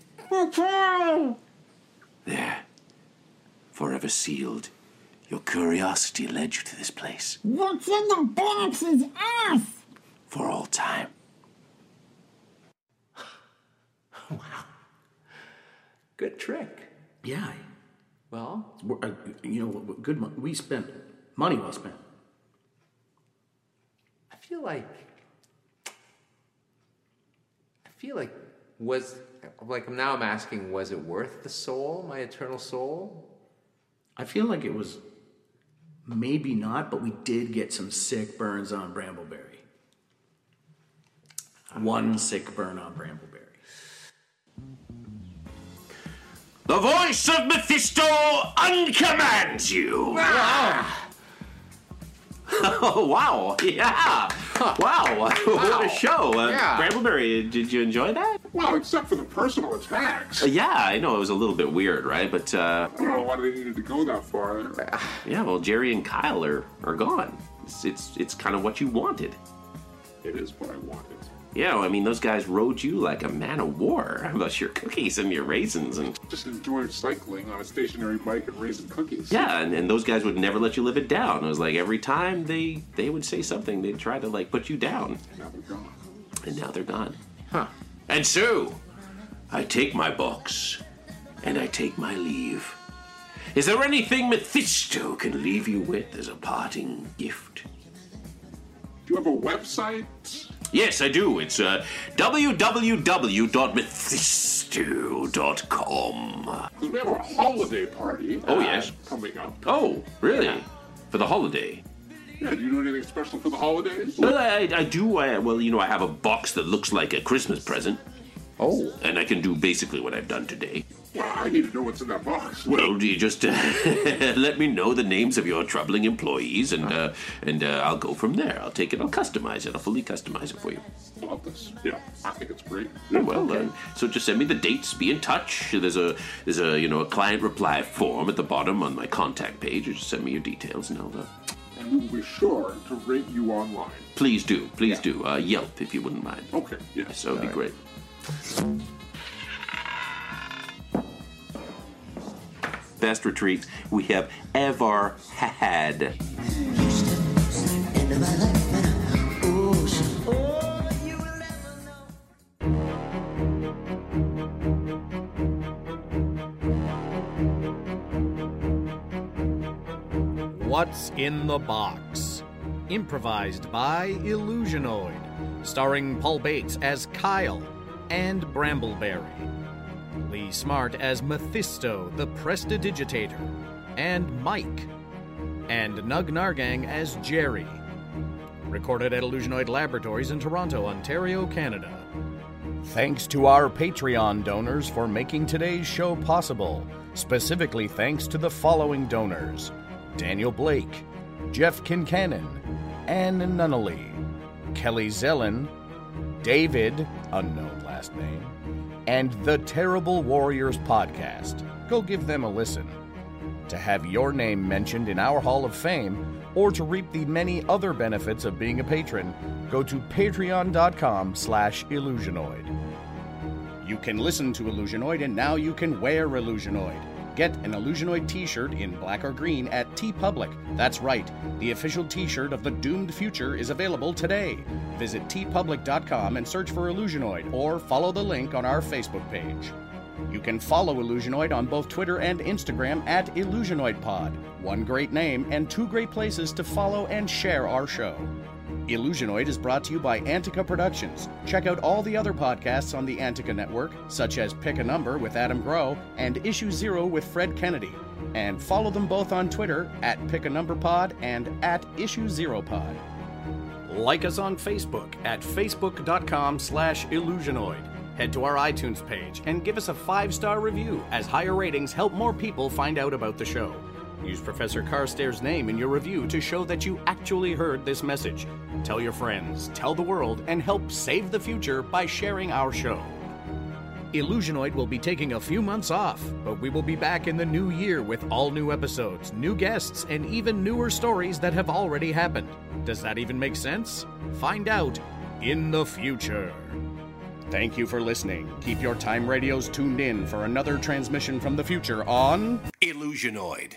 [SPEAKER 2] There. Forever sealed. Your curiosity led you to this place. What's in the box is us! For all time.
[SPEAKER 5] Good trick.
[SPEAKER 6] Yeah.
[SPEAKER 5] Well,
[SPEAKER 6] We're, uh, you know what? what Good money. We spent money well spent.
[SPEAKER 5] I feel like I feel like was like now I'm asking was it worth the soul, my eternal soul?
[SPEAKER 6] I feel like it was maybe not, but we did get some sick burns on Brambleberry. One sick burn on Brambleberry.
[SPEAKER 2] The voice of Mephisto uncommands you. Oh wow! Yeah, wow! what a show! Uh,
[SPEAKER 5] Yeah.
[SPEAKER 2] Brambleberry, did you enjoy that?
[SPEAKER 4] Well, except for the personal attacks.
[SPEAKER 2] Uh, yeah, I know it was a little bit weird, right? But uh,
[SPEAKER 4] I don't know why they needed to go that far.
[SPEAKER 2] yeah, well, Jerry and Kyle are, are gone. It's, it's it's kind of what you wanted.
[SPEAKER 4] It is what I wanted.
[SPEAKER 2] Yeah, I mean, those guys rode you like a man of war about your cookies and your raisins, and
[SPEAKER 4] Just enjoying cycling on a stationary bike and raising cookies.
[SPEAKER 2] yeah, and, and those guys would never let you live it down. It was like every time they they would say something, they'd try to like put you down.
[SPEAKER 4] Now they're gone.
[SPEAKER 2] and now they're gone. And so, I take my box, and I take my leave. Is there anything Mephisto can leave you with as a parting gift?
[SPEAKER 4] Do you have a website?
[SPEAKER 2] Yes, I do. It's uh, www.mephisto.com.
[SPEAKER 4] 'Cause we have a holiday party.
[SPEAKER 2] Oh, yes.
[SPEAKER 4] Coming up.
[SPEAKER 2] Oh, really? For the holiday?
[SPEAKER 4] Yeah, do you do anything special for the holidays?
[SPEAKER 2] Well, I, I do. Uh, well, you know, I have a box that looks like a Christmas present,
[SPEAKER 5] Oh.
[SPEAKER 2] and I can do basically what I've done today.
[SPEAKER 4] Well, I need to know what's in that box.
[SPEAKER 2] Well, do you just uh, let me know the names of your troubling employees, and uh, and uh, I'll go from there. I'll take it. I'll customize it. I'll fully customize it for you.
[SPEAKER 4] I love this. Yeah, I think it's great.
[SPEAKER 2] Oh, well, uh, so just send me the dates. Be in touch. There's a there's a you know a client reply form at the bottom on my contact page. You Just send me your details, and I'll. Uh,
[SPEAKER 4] And we will be sure to rate you online.
[SPEAKER 2] please do, please do. Uh, Yelp, if you wouldn't mind.
[SPEAKER 4] Okay, yes.
[SPEAKER 2] So it'd be great. Best retreats we have ever had.
[SPEAKER 1] What's in the Box? Improvised by Illusionoid, starring Paul Bates as Kyle and Brambleberry, Lee Smart as Mephisto the Prestidigitator, and Mike, and Nug Nargang as Jerry. Recorded at Illusionoid Laboratories in Toronto, Ontario, Canada. Thanks to our Patreon donors for making today's show possible. Specifically, thanks to the following donors Daniel Blake, Jeff Kincannon, Ann Nunnally, Kelly Zellin, David, unknown last name, and the Terrible Warriors podcast. Go give them a listen. To have your name mentioned in our Hall of Fame
[SPEAKER 9] or to reap the many other benefits of being a patron, go to patreon.com slash illusionoid.
[SPEAKER 1] You can listen to Illusionoid and now you can wear Illusionoid. Get an Illusionoid t shirt in black or green at T Public. That's right, the official t shirt of the doomed future is available today. Visit tpublic.com and search for Illusionoid or follow the link on our Facebook page. You can follow Illusionoid on both Twitter and Instagram at IllusionoidPod. One great name and two great places to follow and share our show. Illusionoid is brought to you by Antica Productions. Check out all the other podcasts on the Antica Network, such as Pick a Number with Adam Grow and Issue Zero with Fred Kennedy. And follow them both on Twitter at Pick a Number Pod and at Issue Zero Pod. Like us on Facebook at facebook.com slash illusionoid. Head to our iTunes page and give us a five star review, as higher ratings help more people find out about the show. Use Professor Carstairs' name in your review to show that you actually heard this message. Tell your friends, tell the world, and help save the future by sharing our show. Illusionoid will be taking a few months off, but we will be back in the new year with all new episodes, new guests, and even newer stories that have already happened. Does that even make sense? Find out in the future. Thank you for listening. Keep your time radios tuned in for another transmission from the future on
[SPEAKER 2] Illusionoid.